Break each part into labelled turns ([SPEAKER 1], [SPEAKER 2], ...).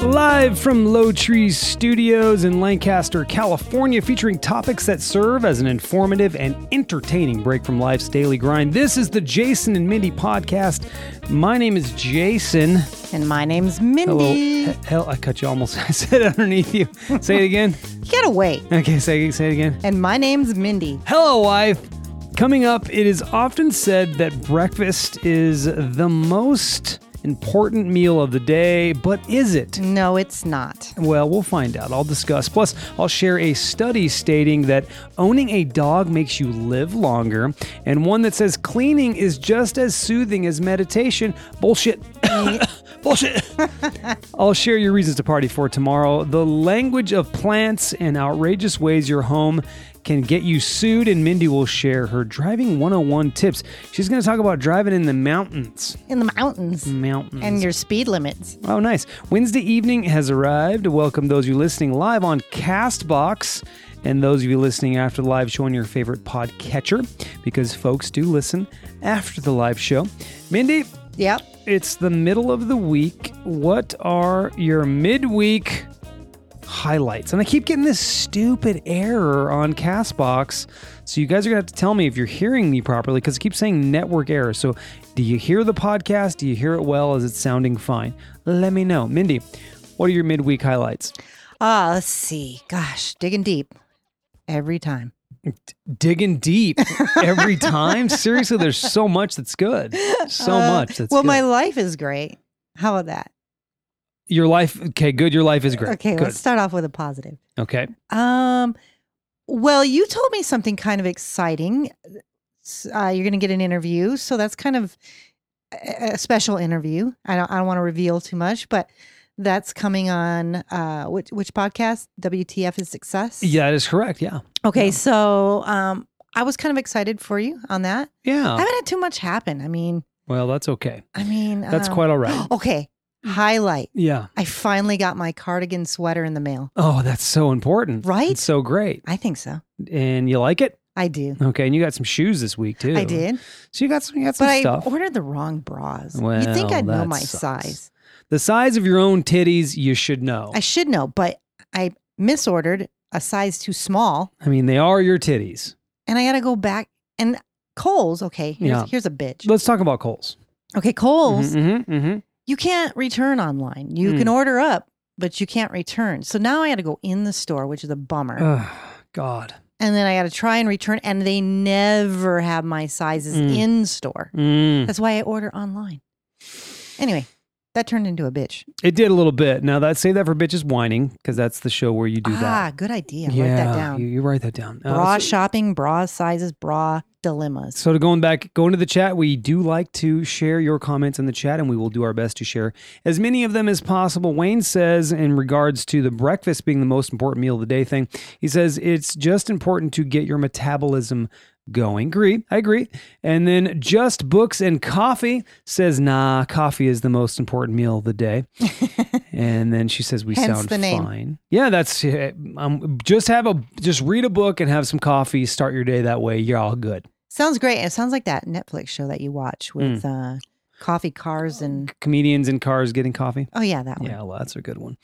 [SPEAKER 1] Live from Low Trees Studios in Lancaster, California, featuring topics that serve as an informative and entertaining break from life's daily grind. This is the Jason and Mindy podcast. My name is Jason.
[SPEAKER 2] And my name's
[SPEAKER 1] Hello.
[SPEAKER 2] Mindy.
[SPEAKER 1] he- Hell, I cut you almost. I said it underneath you. Say it again.
[SPEAKER 2] Get away.
[SPEAKER 1] Okay, say, say it again.
[SPEAKER 2] And my name's Mindy.
[SPEAKER 1] Hello, wife. Coming up, it is often said that breakfast is the most important meal of the day, but is it?
[SPEAKER 2] No, it's not.
[SPEAKER 1] Well, we'll find out. I'll discuss. Plus, I'll share a study stating that owning a dog makes you live longer, and one that says cleaning is just as soothing as meditation. Bullshit. Bullshit. I'll share your reasons to party for tomorrow, the language of plants, and outrageous ways your home can get you sued. And Mindy will share her driving 101 tips. She's going to talk about driving in the mountains.
[SPEAKER 2] In the mountains.
[SPEAKER 1] Mountains.
[SPEAKER 2] And your speed limits.
[SPEAKER 1] Oh, nice. Wednesday evening has arrived. Welcome those of you listening live on Castbox and those of you listening after the live show on your favorite podcatcher because folks do listen after the live show. Mindy,
[SPEAKER 2] Yep.
[SPEAKER 1] it's the middle of the week. What are your midweek highlights? And I keep getting this stupid error on Castbox. So you guys are going to have to tell me if you're hearing me properly because it keeps saying network error. So do you hear the podcast? Do you hear it well? Is it sounding fine? Let me know. Mindy, what are your midweek highlights?
[SPEAKER 2] Ah, let's see. Gosh, digging deep every time.
[SPEAKER 1] Digging deep every time. Seriously, there's so much that's good. So
[SPEAKER 2] Uh,
[SPEAKER 1] much that's
[SPEAKER 2] well,
[SPEAKER 1] good.
[SPEAKER 2] my life is great. How about that?
[SPEAKER 1] your life, okay, good. Your life is great.
[SPEAKER 2] Okay,
[SPEAKER 1] good.
[SPEAKER 2] let's start off with a positive.
[SPEAKER 1] Okay.
[SPEAKER 2] Um, well, you told me something kind of exciting. S- Uh, you're going to get an interview, so that's kind of a, a special interview. I don't, I don't want to reveal too much, but that's coming on uh, which which podcast? WTF is success.
[SPEAKER 1] Yeah, that is correct. Yeah.
[SPEAKER 2] Okay,
[SPEAKER 1] yeah.
[SPEAKER 2] so um, I was kind of excited for you on that.
[SPEAKER 1] Yeah.
[SPEAKER 2] I haven't had too much happen. I mean,
[SPEAKER 1] Well, that's okay.
[SPEAKER 2] I mean,
[SPEAKER 1] That's
[SPEAKER 2] um,
[SPEAKER 1] quite all right. Mm.
[SPEAKER 2] okay. Highlight:
[SPEAKER 1] Yeah.
[SPEAKER 2] I finally got my cardigan sweater in the mail.
[SPEAKER 1] Oh, that's so important.
[SPEAKER 2] Right?
[SPEAKER 1] It's so great.
[SPEAKER 2] I think so.
[SPEAKER 1] And you like it?
[SPEAKER 2] I do.
[SPEAKER 1] Okay. And you got some shoes this week too.
[SPEAKER 2] I did.
[SPEAKER 1] So you got some you got some
[SPEAKER 2] But I
[SPEAKER 1] stuff.
[SPEAKER 2] ordered the wrong bras. You'd think
[SPEAKER 1] Well,
[SPEAKER 2] I'd know
[SPEAKER 1] that
[SPEAKER 2] my
[SPEAKER 1] sucks.
[SPEAKER 2] size.
[SPEAKER 1] the size of your own titties, you should know.
[SPEAKER 2] I
[SPEAKER 1] I,
[SPEAKER 2] should know, but I misordered a size too small
[SPEAKER 1] mean, they are your titties.
[SPEAKER 2] and I got to go back. And Kohl's, okay, here's,
[SPEAKER 1] Yeah.
[SPEAKER 2] here's a bitch.
[SPEAKER 1] Let's talk about Coles.
[SPEAKER 2] Okay, Kohl's,
[SPEAKER 1] Mhm, mhm, mhm.
[SPEAKER 2] you can't return online. You
[SPEAKER 1] Mm.
[SPEAKER 2] can order up, but you can't return. So now I had to go in the store, which is a bummer.
[SPEAKER 1] Ugh, God.
[SPEAKER 2] and then I got to try and return, and they never have my sizes
[SPEAKER 1] Mm.
[SPEAKER 2] in store.
[SPEAKER 1] Mm.
[SPEAKER 2] That's why I order online. Anyway, that turned into a bitch.
[SPEAKER 1] It did a little bit. Now that say that for bitches whining because that's the show where you do
[SPEAKER 2] ah,
[SPEAKER 1] that.
[SPEAKER 2] good idea.
[SPEAKER 1] yeah,
[SPEAKER 2] Write that down.
[SPEAKER 1] You, you write that down. Uh,
[SPEAKER 2] bra
[SPEAKER 1] so-
[SPEAKER 2] shopping, bra sizes, bra dilemmas.
[SPEAKER 1] So to going back, going to the chat, we do like to share your comments in the chat, and we will do our best to share as many of them as possible. Wayne says, in regards to the breakfast being the most important meal of the day thing, he says it's just important to get your metabolism going. Agree, I agree. And then just books and coffee says, nah, coffee is the most important meal of the day. and then she says we
[SPEAKER 2] Hence
[SPEAKER 1] sound
[SPEAKER 2] the name.
[SPEAKER 1] fine. Yeah, that's eh, um, just have a just read a book and have some coffee. Start your day that way. You're all good.
[SPEAKER 2] Sounds great. It sounds like that Netflix show that you
[SPEAKER 1] Hmm.
[SPEAKER 2] watch with uh, coffee cars and
[SPEAKER 1] comedians in cars getting coffee.
[SPEAKER 2] oh yeah, that one.
[SPEAKER 1] Yeah, well, that's a good one.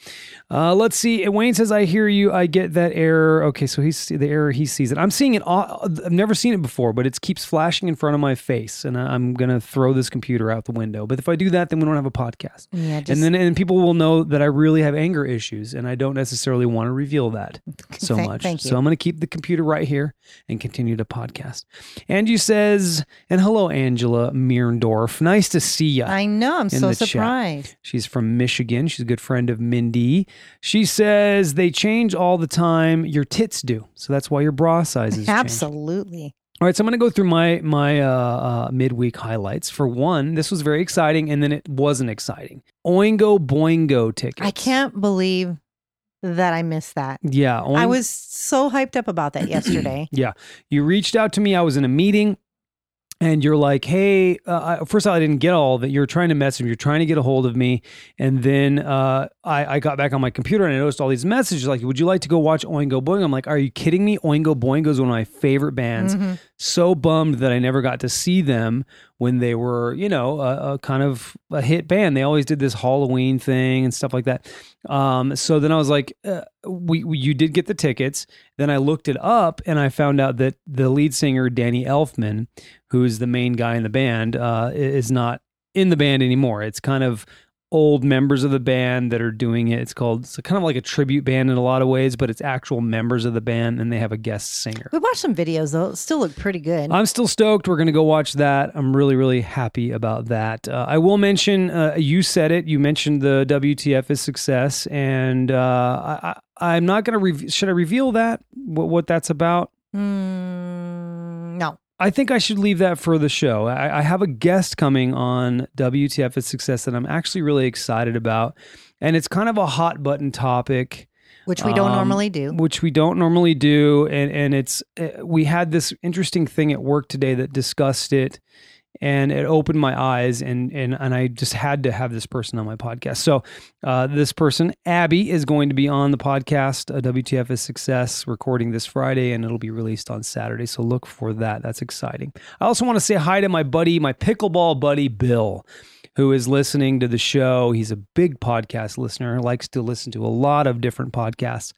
[SPEAKER 1] Uh, let's see. Wayne says, "I hear you. I get that error." Okay, so he's the error. He sees it. I'm seeing it. All, I've never seen it before, but it keeps flashing in front of my face, and I- I'm gonna throw this computer out the window. But if I do that, then we don't have a podcast,
[SPEAKER 2] Yeah, just
[SPEAKER 1] and then and people will know that I really have anger issues, and I don't necessarily want to reveal that so
[SPEAKER 2] Thank-
[SPEAKER 1] much.
[SPEAKER 2] Thank you.
[SPEAKER 1] So I'm going to keep the computer right here and continue to podcast. Angie says, and hello, Angela Mierendorf. Nice to see you.
[SPEAKER 2] I know. I'm
[SPEAKER 1] uh, in
[SPEAKER 2] so
[SPEAKER 1] the chat.
[SPEAKER 2] surprised.
[SPEAKER 1] She's from Michigan. She's a good friend of Mindy. She says they change all the time. Your tits do, so that's why your bra sizes. change.
[SPEAKER 2] Absolutely.
[SPEAKER 1] All right, so I'm going to go through my my uh, uh, midweek highlights. For one, this was very exciting, and then it wasn't exciting. Oingo Boingo tickets.
[SPEAKER 2] I can't believe that I missed that.
[SPEAKER 1] Yeah, Oingo.
[SPEAKER 2] I was so hyped up about that yesterday.
[SPEAKER 1] You reached out to me. I was in a meeting. and you're like, hey, uh, I- first of all, I didn't get all of it. You're trying to message me, you're trying to get a hold of me. And then uh, I, I got back on my computer and I noticed all these messages like, would you like to go watch Oingo Boingo? I'm like, are you kidding me? Oingo Boingo is one of my favorite bands.
[SPEAKER 2] Mhm.
[SPEAKER 1] So bummed that I never got to see them when they were, you know, a, a kind of a hit band. They always did this Halloween thing and stuff like that. Um, so then I was like, uh, we, we, you did get the tickets. Then I looked it up and I found out that the lead singer, Danny Elfman, who's the main guy in the band, uh, i- is not in the band anymore. It's kind of old members of the band that are doing it. It's called, it's kind of like a tribute band in a lot of ways, but it's actual members of the band and they have a guest singer.
[SPEAKER 2] We watched some videos though; it still looked pretty good.
[SPEAKER 1] I'm still stoked. We're going to go watch that. I'm really, really happy about that. Uh, I will mention, uh, you said it. You mentioned the WTF is success, and uh, I, I, I'm not going to. Re- should I reveal that? What, what that's about?
[SPEAKER 2] Mm, no.
[SPEAKER 1] I think I should leave that for the show. I, I have a guest coming on WTF is success that I'm actually really excited about, and it's kind of a hot button topic
[SPEAKER 2] Which we don't
[SPEAKER 1] Um,
[SPEAKER 2] normally do.
[SPEAKER 1] which we don't normally do and and it's uh, we had this interesting thing at work today that discussed it and it opened my eyes and and and I just had to have this person on my podcast. So uh, this person, Abby, is going to be on the podcast. Uh, WTF is success recording this Friday and it'll be released on Saturday. So look for that. That's exciting. I also want to say hi to my buddy, my pickleball buddy, Bill, who is listening to the show. He's a big podcast listener, likes to listen to a lot of different podcasts.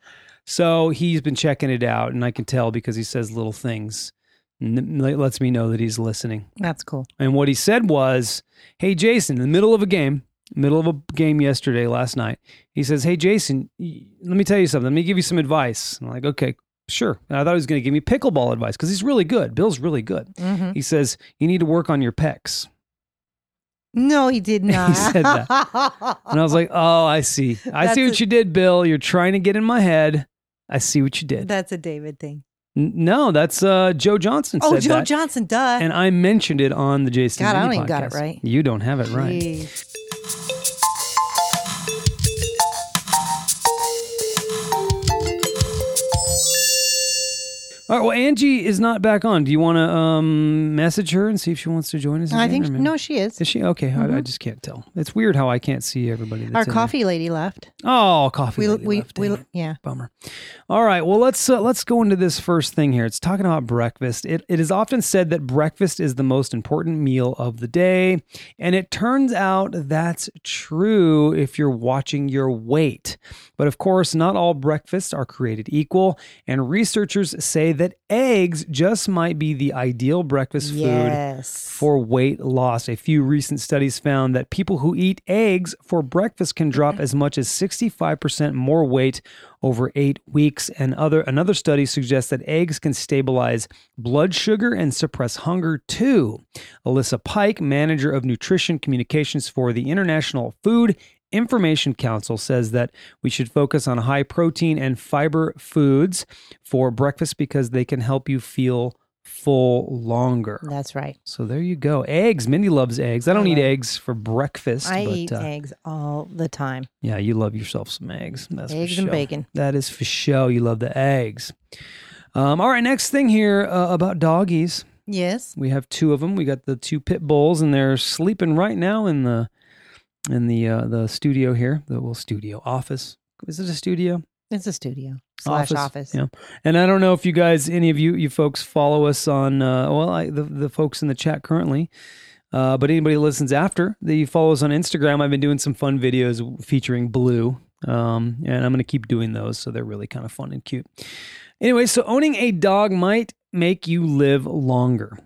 [SPEAKER 1] So he's been checking it out, and I can tell because he says little things. N- n- lets me know that he's listening.
[SPEAKER 2] That's cool.
[SPEAKER 1] And what he said was, Hey, Jason, in the middle of a game, middle of a game yesterday, last night, he says, Hey, Jason, y- let me tell you something. Let me give you some advice. And I'm like, Okay, sure. And I thought he was going to give me pickleball advice because he's really good. Bill's really good.
[SPEAKER 2] hmm
[SPEAKER 1] He says, You need to work on your pecs.
[SPEAKER 2] No, he did not.
[SPEAKER 1] said that. And I was like, Oh, I see. I see
[SPEAKER 2] Uh-huh. That's
[SPEAKER 1] what
[SPEAKER 2] a-
[SPEAKER 1] you did, Bill. You're trying to get in my head. I see what you did.
[SPEAKER 2] That's a David thing.
[SPEAKER 1] N- no, that's uh, Joe Johnson
[SPEAKER 2] Oh,
[SPEAKER 1] said
[SPEAKER 2] Joe
[SPEAKER 1] that.
[SPEAKER 2] Johnson, duh.
[SPEAKER 1] and I mentioned it on the Jason.
[SPEAKER 2] God, I
[SPEAKER 1] Lee
[SPEAKER 2] don't even got it
[SPEAKER 1] podcast.
[SPEAKER 2] right.
[SPEAKER 1] You don't have it right.
[SPEAKER 2] Jeez.
[SPEAKER 1] All right. Well, Angie is not back on. Do you want to um, message her and see if she wants to join us?
[SPEAKER 2] I
[SPEAKER 1] again,
[SPEAKER 2] think
[SPEAKER 1] or maybe-
[SPEAKER 2] no, she is.
[SPEAKER 1] Is she okay? I, I just can't tell. It's weird how I can't see everybody. That's
[SPEAKER 2] Our
[SPEAKER 1] in there.
[SPEAKER 2] coffee lady left.
[SPEAKER 1] Oh, coffee.
[SPEAKER 2] We
[SPEAKER 1] lady
[SPEAKER 2] we
[SPEAKER 1] left,
[SPEAKER 2] we
[SPEAKER 1] dang it.
[SPEAKER 2] yeah.
[SPEAKER 1] Bummer. All right. Well, let's uh, let's go into this first thing here. It's talking about breakfast. It, it is often said that breakfast is the most important meal of the day, and it turns out that's true if you're watching your weight. But of course, not all breakfasts are created equal, and researchers say that eggs just might be the ideal breakfast food
[SPEAKER 2] Yes.
[SPEAKER 1] for weight loss. A few recent studies found that people who eat eggs for breakfast can drop as much as 65% more weight over 8 weeks and other another study suggests that eggs can stabilize blood sugar and suppress hunger too. Alyssa Pike, manager of nutrition communications for the International Food Information Council says that we should focus on high protein and fiber foods for breakfast because they can help you feel full longer.
[SPEAKER 2] That's right.
[SPEAKER 1] So there you go. Eggs. Mindy loves eggs. I don't
[SPEAKER 2] I
[SPEAKER 1] eat
[SPEAKER 2] love-
[SPEAKER 1] eggs for breakfast.
[SPEAKER 2] I
[SPEAKER 1] but,
[SPEAKER 2] eat
[SPEAKER 1] uh,
[SPEAKER 2] eggs all the time.
[SPEAKER 1] Yeah, you love yourself some eggs. That's for
[SPEAKER 2] Eggs and
[SPEAKER 1] sure.
[SPEAKER 2] bacon.
[SPEAKER 1] That is for sure. You love the eggs. Um, all right, next thing here uh, about doggies.
[SPEAKER 2] Yes.
[SPEAKER 1] We have two of them. We got the two pit bulls, and they're sleeping right now in the in the uh, the studio here. The well, studio office. Is it a studio?
[SPEAKER 2] It's a studio slash office.
[SPEAKER 1] Yeah. And I don't know if you guys, any of you, you folks follow us on, uh, well, I, the, the folks in the chat currently, uh, but anybody that listens after that you follow us on Instagram, I've been doing some fun videos featuring Blue. Um, and I'm going to keep doing those. So they're really kind of fun and cute. Anyway, so owning a dog might make you live longer.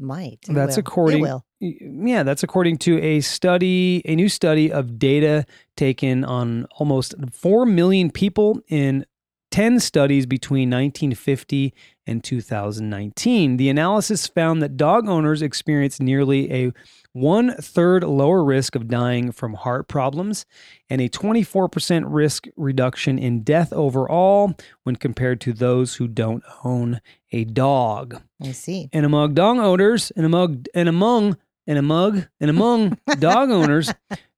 [SPEAKER 2] Might. It
[SPEAKER 1] That's
[SPEAKER 2] will.
[SPEAKER 1] according-
[SPEAKER 2] It will.
[SPEAKER 1] Yeah, that's according to a study, a new study of data taken on almost 4 million people in 10 studies between 1950 and 2019. The analysis found that dog owners experience nearly a one third lower risk of dying from heart problems and a 24% risk reduction in death overall when compared to those who don't own a dog
[SPEAKER 2] I see.
[SPEAKER 1] and among dog owners and among and among and among and among dog owners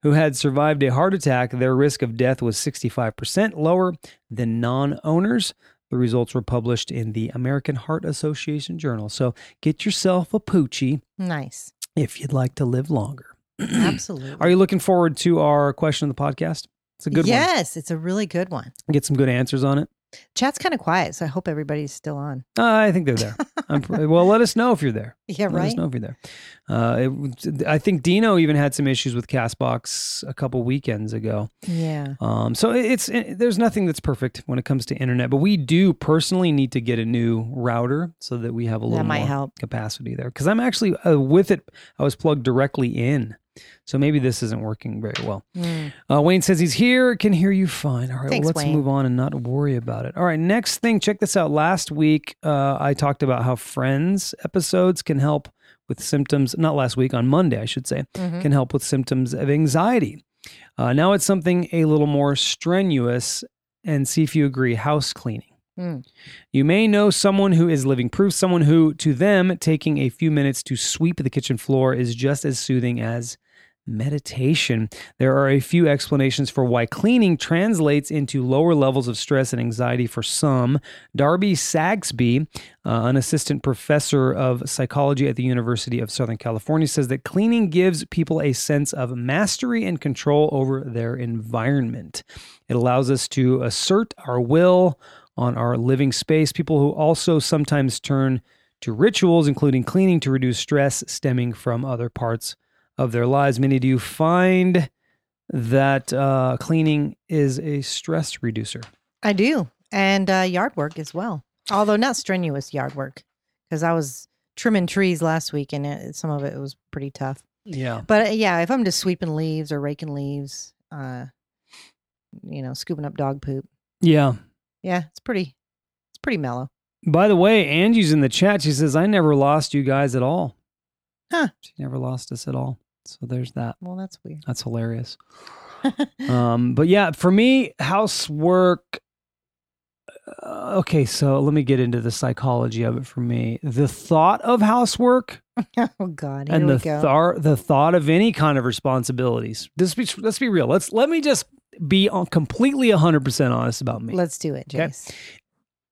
[SPEAKER 1] who had survived a heart attack, their risk of death was 65% lower than non-owners. The results were published in the American Heart Association Journal. So get yourself a poochie
[SPEAKER 2] Nice.
[SPEAKER 1] if you'd like to live longer.
[SPEAKER 2] Absolutely.
[SPEAKER 1] Are you looking forward to our question of the podcast? It's a good one.
[SPEAKER 2] yes, it's a really good one.
[SPEAKER 1] Get some good answers on it.
[SPEAKER 2] Chat's kind of quiet, so I hope everybody's still on.
[SPEAKER 1] Uh, I think they're there. I'm pr- well, let us know if you're there.
[SPEAKER 2] Yeah,
[SPEAKER 1] Let us
[SPEAKER 2] right.
[SPEAKER 1] know if you're there. Uh, it, I think Dino even had some issues with Castbox a couple weekends ago.
[SPEAKER 2] Yeah.
[SPEAKER 1] Um, so it- it's it, there's nothing that's perfect when it comes to internet, but we do personally need to get a new router so that we have a little
[SPEAKER 2] That might
[SPEAKER 1] more
[SPEAKER 2] help.
[SPEAKER 1] capacity there. Because I'm actually uh, with it, I was plugged directly in, so maybe this isn't working very well.
[SPEAKER 2] Mm.
[SPEAKER 1] Uh, Wayne says he's here, can hear you fine. All right,
[SPEAKER 2] Thanks,
[SPEAKER 1] well, let's
[SPEAKER 2] Wayne.
[SPEAKER 1] move on and not worry about it. All right, next thing, check this out. Last week, uh, I talked about how Friends episodes can help with symptoms, not last week, on Monday, I should say,
[SPEAKER 2] Mhm.
[SPEAKER 1] can help with symptoms of anxiety. Uh, now it's something a little more strenuous, and see if you agree house cleaning.
[SPEAKER 2] Mm.
[SPEAKER 1] You may know someone who is living proof, someone who, to them, taking a few minutes to sweep the kitchen floor is just as soothing as meditation. There are a few explanations for why cleaning translates into lower levels of stress and anxiety for some. Darby Sagsby, uh, an assistant professor of psychology at the University of Southern California, says that cleaning gives people a sense of mastery and control over their environment. It allows us to assert our will on our living space. People who also sometimes turn to rituals, including cleaning, to reduce stress stemming from other parts of their lives. Many do you find that uh, cleaning is a stress reducer.
[SPEAKER 2] I do. And uh, yard work as well. Although not strenuous yard work because I was trimming trees last week and it, some of it was pretty tough.
[SPEAKER 1] Yeah.
[SPEAKER 2] But uh, yeah, if I'm just sweeping leaves or raking leaves, uh, you know, scooping up dog poop,
[SPEAKER 1] Yeah.
[SPEAKER 2] yeah, it's pretty, it's pretty mellow.
[SPEAKER 1] By the way, Angie's in the chat. She says, I never lost you guys at all.
[SPEAKER 2] Huh.
[SPEAKER 1] She never lost us at all. So there's that.
[SPEAKER 2] Well, that's weird.
[SPEAKER 1] That's hilarious. um, but yeah, for me, housework. Uh, okay, so let me get into the psychology of it. For me, the thought of housework
[SPEAKER 2] oh God, here
[SPEAKER 1] and
[SPEAKER 2] we
[SPEAKER 1] the
[SPEAKER 2] go.
[SPEAKER 1] thought the thought of any kind of responsibilities. This be, let's be real. Let's let me just be on completely hundred percent honest about me.
[SPEAKER 2] Let's do it,
[SPEAKER 1] Okay.
[SPEAKER 2] Jace.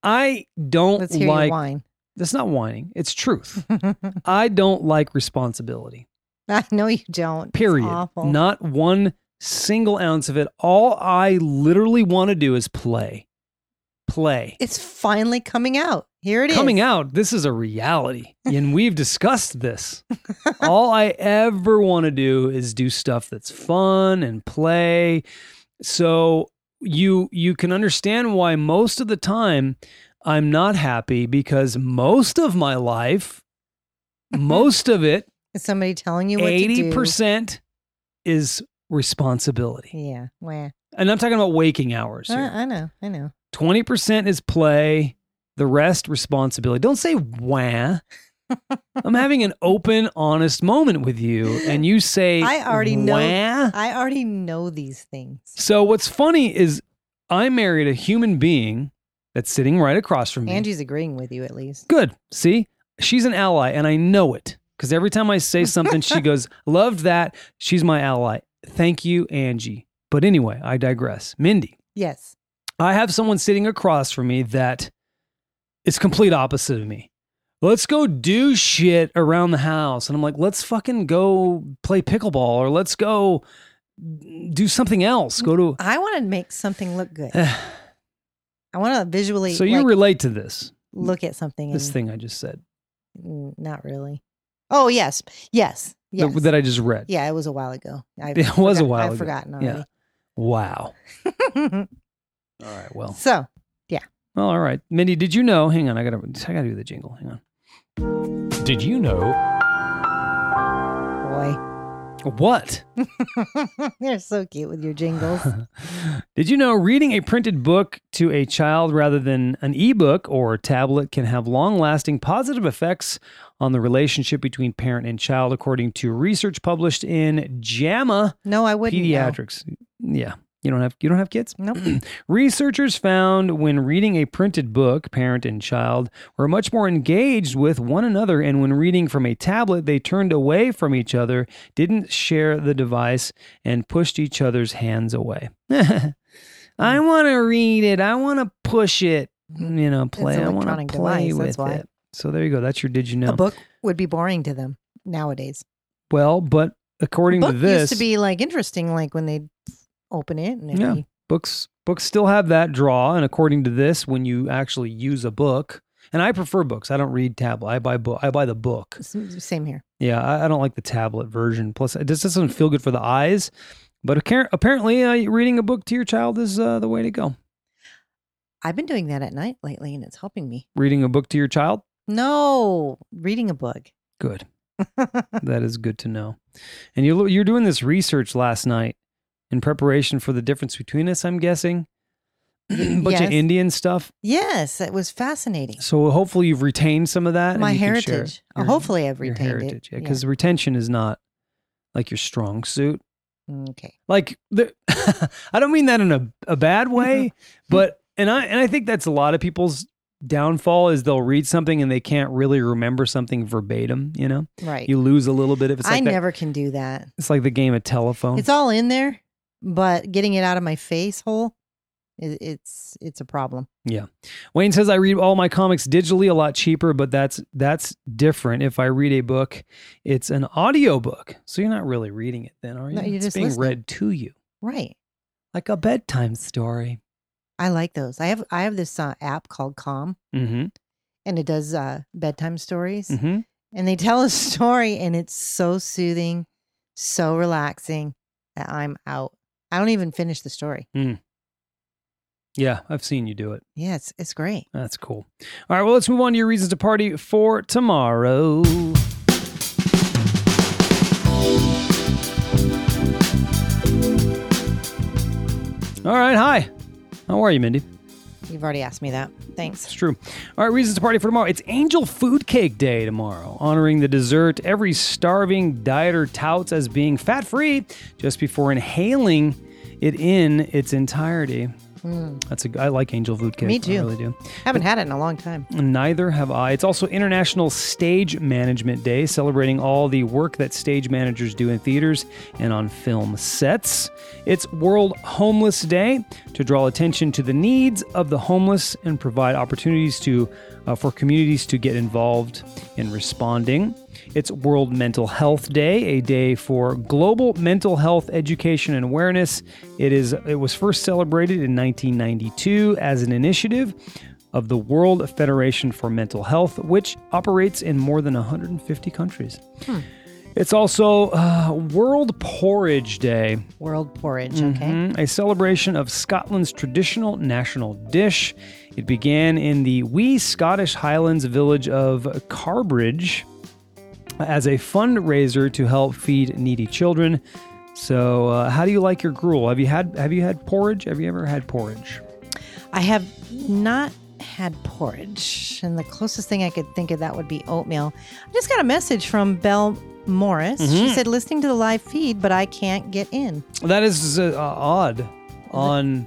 [SPEAKER 1] I don't
[SPEAKER 2] Let's hear your
[SPEAKER 1] like.
[SPEAKER 2] wine.
[SPEAKER 1] That's not whining. It's truth. I don't like responsibility.
[SPEAKER 2] I know you don't. It's
[SPEAKER 1] Period.
[SPEAKER 2] awful.
[SPEAKER 1] Not one single ounce of it. All I literally want to do is play. Play.
[SPEAKER 2] It's finally coming out. Here it is.
[SPEAKER 1] Coming out, this is a reality. And we've discussed this. All I ever want to do is do stuff that's fun and play. So you you can understand why most of the time I'm not happy because most of my life, most of it,
[SPEAKER 2] Is somebody telling you what
[SPEAKER 1] eighty
[SPEAKER 2] to do?
[SPEAKER 1] percent is responsibility,
[SPEAKER 2] Yeah. Wah.
[SPEAKER 1] and I'm talking about waking hours.
[SPEAKER 2] I, Uh, I know. I know.
[SPEAKER 1] Twenty percent is play, the rest responsibility. Don't say wah. I'm having an open, honest moment with you, and you say
[SPEAKER 2] I already know-
[SPEAKER 1] wah.
[SPEAKER 2] I already know these things.
[SPEAKER 1] So what's funny is I married a human being that's sitting right across from me.
[SPEAKER 2] Angie's agreeing with you at least.
[SPEAKER 1] Good. See, she's an ally, and I know it because every time I say something, she goes, "Loved that. She's my ally. Thank you, Angie." But anyway, I digress. Mindy,
[SPEAKER 2] Yes.
[SPEAKER 1] I have someone sitting across from me that is complete opposite of me. Let's go do shit around the house, and I'm like, let's fucking go play pickleball, or let's go do something else. Go to.
[SPEAKER 2] I want to make something look good. I want to visually
[SPEAKER 1] Uh, so you
[SPEAKER 2] like,
[SPEAKER 1] relate to this
[SPEAKER 2] look at something.
[SPEAKER 1] this
[SPEAKER 2] and-
[SPEAKER 1] thing I just said
[SPEAKER 2] Mm, Not really. Oh yes, yes,
[SPEAKER 1] that-
[SPEAKER 2] yes.
[SPEAKER 1] that, I just read.
[SPEAKER 2] yeah, it was a while ago. I
[SPEAKER 1] It was a
[SPEAKER 2] forgot-
[SPEAKER 1] while
[SPEAKER 2] I've
[SPEAKER 1] ago.
[SPEAKER 2] forgotten
[SPEAKER 1] Yeah.
[SPEAKER 2] already.
[SPEAKER 1] Wow. All right. Well.
[SPEAKER 2] so
[SPEAKER 1] Well, all right, Mindy. Did you know? Hang on, I gotta, I gotta do the jingle. Hang on.
[SPEAKER 3] Did you know?
[SPEAKER 2] boy,
[SPEAKER 1] What?
[SPEAKER 2] you're so cute with your jingles.
[SPEAKER 1] Did you know reading a printed book to a child rather than an ebook or tablet can have long-lasting positive effects on the relationship between parent and child, according to research published in JAMA
[SPEAKER 2] No, I wouldn't. know.
[SPEAKER 1] Pediatrics. Yeah, you don't have, you don't have kids.
[SPEAKER 2] Nope.
[SPEAKER 1] Researchers found when reading a printed book, parent and child were much more engaged with one another, and when reading from a tablet, they turned away from each other, didn't share the device, and pushed each other's hands away. I want to read it. I want to push it. you know, play. I want to
[SPEAKER 2] electronic
[SPEAKER 1] play
[SPEAKER 2] device, that's
[SPEAKER 1] with
[SPEAKER 2] why.
[SPEAKER 1] it. So there you go. That's your did you know?
[SPEAKER 2] A book would be boring to them nowadays.
[SPEAKER 1] Well, but according
[SPEAKER 2] book
[SPEAKER 1] to this,
[SPEAKER 2] used to be like interesting, like when they open it and it'd
[SPEAKER 1] Yeah.
[SPEAKER 2] be-
[SPEAKER 1] books books still have that draw and according to this when you actually use a book and i prefer books i don't read tablet i buy book i buy the book
[SPEAKER 2] s- same here.
[SPEAKER 1] yeah i, I don't like the tablet version plus it just doesn't feel good for the eyes but apcar- apparently uh, reading a book to your child is uh, the way to go
[SPEAKER 2] I've been doing that at night lately, and it's helping me.
[SPEAKER 1] reading a book to your child
[SPEAKER 2] No, reading a book.
[SPEAKER 1] good that is good to know and you you're doing this research last night in preparation for the difference between us i'm guessing bunch
[SPEAKER 2] Yes.
[SPEAKER 1] of indian stuff
[SPEAKER 2] yes, it was fascinating.
[SPEAKER 1] so hopefully you've retained some of that and
[SPEAKER 2] My
[SPEAKER 1] you can share it.
[SPEAKER 2] heritage. Uh,
[SPEAKER 1] Your-
[SPEAKER 2] Hopefully, I've
[SPEAKER 1] your
[SPEAKER 2] retained
[SPEAKER 1] heritage.
[SPEAKER 2] it.
[SPEAKER 1] Because retention is not like your strong suit.
[SPEAKER 2] Yeah. Mm, Okay.
[SPEAKER 1] Like, the, I don't mean that in a, a bad way, but, and I, and I think that's a lot of people's downfall is they'll read something and they can't really remember something verbatim. You know,
[SPEAKER 2] Right.
[SPEAKER 1] you lose a little bit of it's like
[SPEAKER 2] I
[SPEAKER 1] that-
[SPEAKER 2] never can do that.
[SPEAKER 1] It's like the game of telephone.
[SPEAKER 2] It's all in there, but getting it out of my face hole, i it's it's a problem.
[SPEAKER 1] Wayne says I read all my comics digitally a lot cheaper, but that's that's different. If I read a book, it's an audio book. So you're not really reading it then, are you?
[SPEAKER 2] No, you're
[SPEAKER 1] it's
[SPEAKER 2] just
[SPEAKER 1] being
[SPEAKER 2] listening.
[SPEAKER 1] read to you.
[SPEAKER 2] Right.
[SPEAKER 1] Like a bedtime story.
[SPEAKER 2] I like those. I have I have this uh, app called Calm,
[SPEAKER 1] Mm-hmm.
[SPEAKER 2] and it does uh, bedtime stories,
[SPEAKER 1] Mm-hmm.
[SPEAKER 2] and they tell a story, and it's so soothing, so relaxing that I'm out. I don't even finish the story.
[SPEAKER 1] Yeah, I've seen you do it.
[SPEAKER 2] Yeah, it's it's great.
[SPEAKER 1] That's cool. All right, well, let's move on to your reasons to party for tomorrow. All right, hi. How are you, Mindy?
[SPEAKER 2] You've already asked me that. Thanks.
[SPEAKER 1] It's true. All right, reasons to party for tomorrow. It's Angel Food Cake Day tomorrow, honoring the dessert every starving dieter touts as being fat free just before inhaling it in its entirety. That's a I like angel food cake.
[SPEAKER 2] Mm. Me
[SPEAKER 1] I
[SPEAKER 2] too.
[SPEAKER 1] really do.
[SPEAKER 2] Haven't had it in a long time.
[SPEAKER 1] Mm. Neither have I. It's also International Stage Management Day, celebrating all the work that stage managers do in theaters and on film sets. It's World Homeless Day to draw attention to the needs of the homeless and provide opportunities to uh, for communities to get involved in responding. It's World Mental Health Day, a day for global mental health education and awareness. It is it was first celebrated in 1992 as an initiative of the World Federation for Mental Health, which operates in more than 150 countries. It's also uh, World Porridge Day,
[SPEAKER 2] World porridge. Okay.
[SPEAKER 1] Mhm, a celebration of Scotland's traditional national dish. It began in the wee Scottish Highlands village of Carbridge as a fundraiser to help feed needy children. So, uh, how do you like your gruel? Have you had Have you had porridge? Have you ever had porridge?
[SPEAKER 2] I have not had porridge, and the closest thing I could think of that would be oatmeal. I just got a message from Belle Morris. She said, "Listening to the live feed, but I can't get in."
[SPEAKER 1] That is uh, odd. On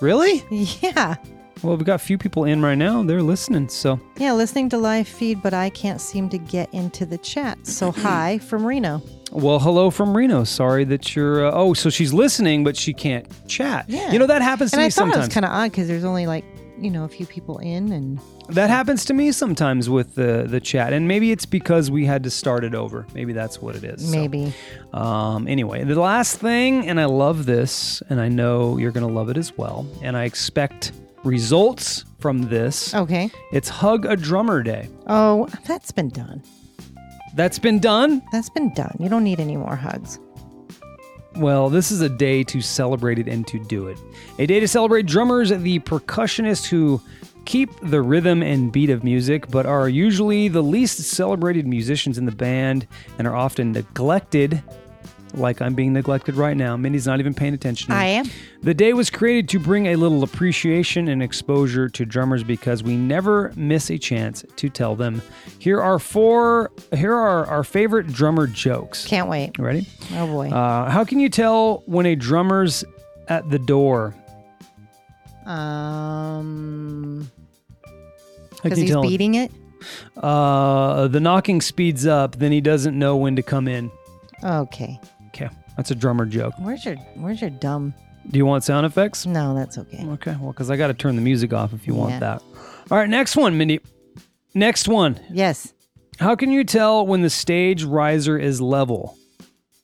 [SPEAKER 1] really?
[SPEAKER 2] Yeah,
[SPEAKER 1] Well, we've got a few people in right now. They're listening. So
[SPEAKER 2] yeah, listening to live feed, but I can't seem to get into the chat. So hi from Reno.
[SPEAKER 1] well, hello from Reno. Sorry that you're. Uh, oh, so she's listening, but she can't chat.
[SPEAKER 2] Yeah.
[SPEAKER 1] You know that happens to
[SPEAKER 2] And
[SPEAKER 1] me
[SPEAKER 2] I thought it was
[SPEAKER 1] sometimes.
[SPEAKER 2] kind of odd because there's only like you know a few people in, and
[SPEAKER 1] that happens to me sometimes with the the chat, and maybe it's because we had to start it over. Maybe that's what it is. So,
[SPEAKER 2] maybe
[SPEAKER 1] um. Anyway, the last thing, and I love this, and I know you're gonna love it as well, and I expect results from this.
[SPEAKER 2] okay.
[SPEAKER 1] It's Hug a Drummer Day.
[SPEAKER 2] Oh, that's been done.
[SPEAKER 1] That's been done.
[SPEAKER 2] That's been done. You don't need any more hugs.
[SPEAKER 1] Well, this is a day to celebrate it and to do it. A day to celebrate drummers, the percussionists who keep the rhythm and beat of music, but are usually the least celebrated musicians in the band and are often neglected. Like I'm being neglected right now. Mindy's not even paying attention. to me.
[SPEAKER 2] I am.
[SPEAKER 1] The day was created to bring a little appreciation and exposure to drummers because we never miss a chance to tell them. Here are four. Here are our favorite drummer jokes.
[SPEAKER 2] Can't wait.
[SPEAKER 1] You ready?
[SPEAKER 2] Oh boy.
[SPEAKER 1] Uh, how can you tell when a drummer's at the door?
[SPEAKER 2] Um,
[SPEAKER 1] How can
[SPEAKER 2] because
[SPEAKER 1] you
[SPEAKER 2] he's
[SPEAKER 1] tell?
[SPEAKER 2] beating it.
[SPEAKER 1] Uh, the knocking speeds up, then he doesn't know when to come in.
[SPEAKER 2] Okay,
[SPEAKER 1] Okay, that's a drummer joke.
[SPEAKER 2] where's your where's your dumb
[SPEAKER 1] Do you want sound effects?
[SPEAKER 2] No, that's okay.
[SPEAKER 1] Okay, well, because I got to turn the music off if you want
[SPEAKER 2] Yeah.
[SPEAKER 1] that. All right, next one, Mindy. Next one.
[SPEAKER 2] Yes.
[SPEAKER 1] How can you tell when the stage riser is level?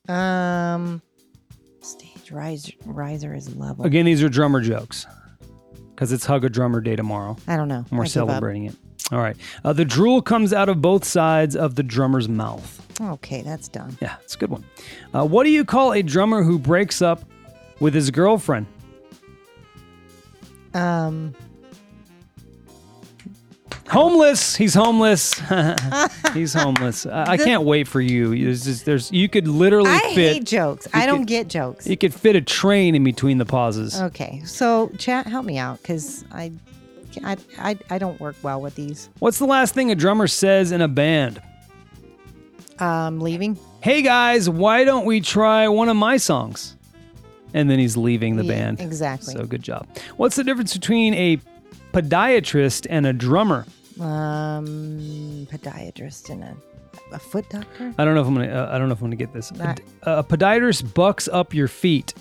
[SPEAKER 2] Um, stage riser, riser is level.
[SPEAKER 1] Again, these are drummer jokes because it's Hug a Drummer Day tomorrow.
[SPEAKER 2] I don't know.
[SPEAKER 1] And we're
[SPEAKER 2] I give up.
[SPEAKER 1] celebrating it. All right. Uh, the drool comes out of both sides of the drummer's mouth.
[SPEAKER 2] Okay, that's done.
[SPEAKER 1] Yeah, it's a good one. Uh, what do you call a drummer who breaks up with his girlfriend?
[SPEAKER 2] Um,
[SPEAKER 1] Homeless. He's homeless. He's homeless. I, I can't wait for you. There's, just, there's you could literally
[SPEAKER 2] I
[SPEAKER 1] fit.
[SPEAKER 2] hate jokes. I don't get jokes.
[SPEAKER 1] you could fit a train in between the pauses.
[SPEAKER 2] Okay, so chat, help me out because I, I, I, I don't work well with these.
[SPEAKER 1] What's the last thing a drummer says in a band?
[SPEAKER 2] Um, leaving.
[SPEAKER 1] Hey guys, why don't we try one of my songs? And then he's leaving the
[SPEAKER 2] Yeah,
[SPEAKER 1] band.
[SPEAKER 2] exactly.
[SPEAKER 1] So good job. What's the difference between a podiatrist and a drummer?
[SPEAKER 2] Um, podiatrist and a, a foot doctor.
[SPEAKER 1] I don't know if I'm gonna. Uh, I don't know if I'm gonna get this.
[SPEAKER 2] That-
[SPEAKER 1] a podiatrist bucks up your feet.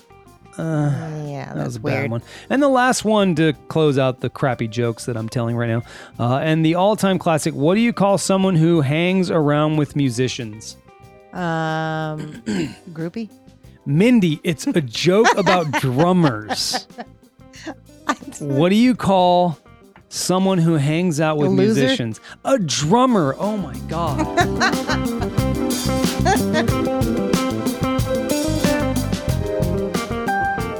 [SPEAKER 2] Yeah,
[SPEAKER 1] That
[SPEAKER 2] that's
[SPEAKER 1] was a
[SPEAKER 2] weird.
[SPEAKER 1] bad one. And the last one to close out the crappy jokes that I'm telling right now, uh, and the all-time classic. What do you call someone who hangs around with musicians?
[SPEAKER 2] Um, groupie.
[SPEAKER 1] Mindy, it's a joke about drummers. What do you call someone who hangs out with
[SPEAKER 2] A loser?
[SPEAKER 1] musicians? A drummer. Oh my God.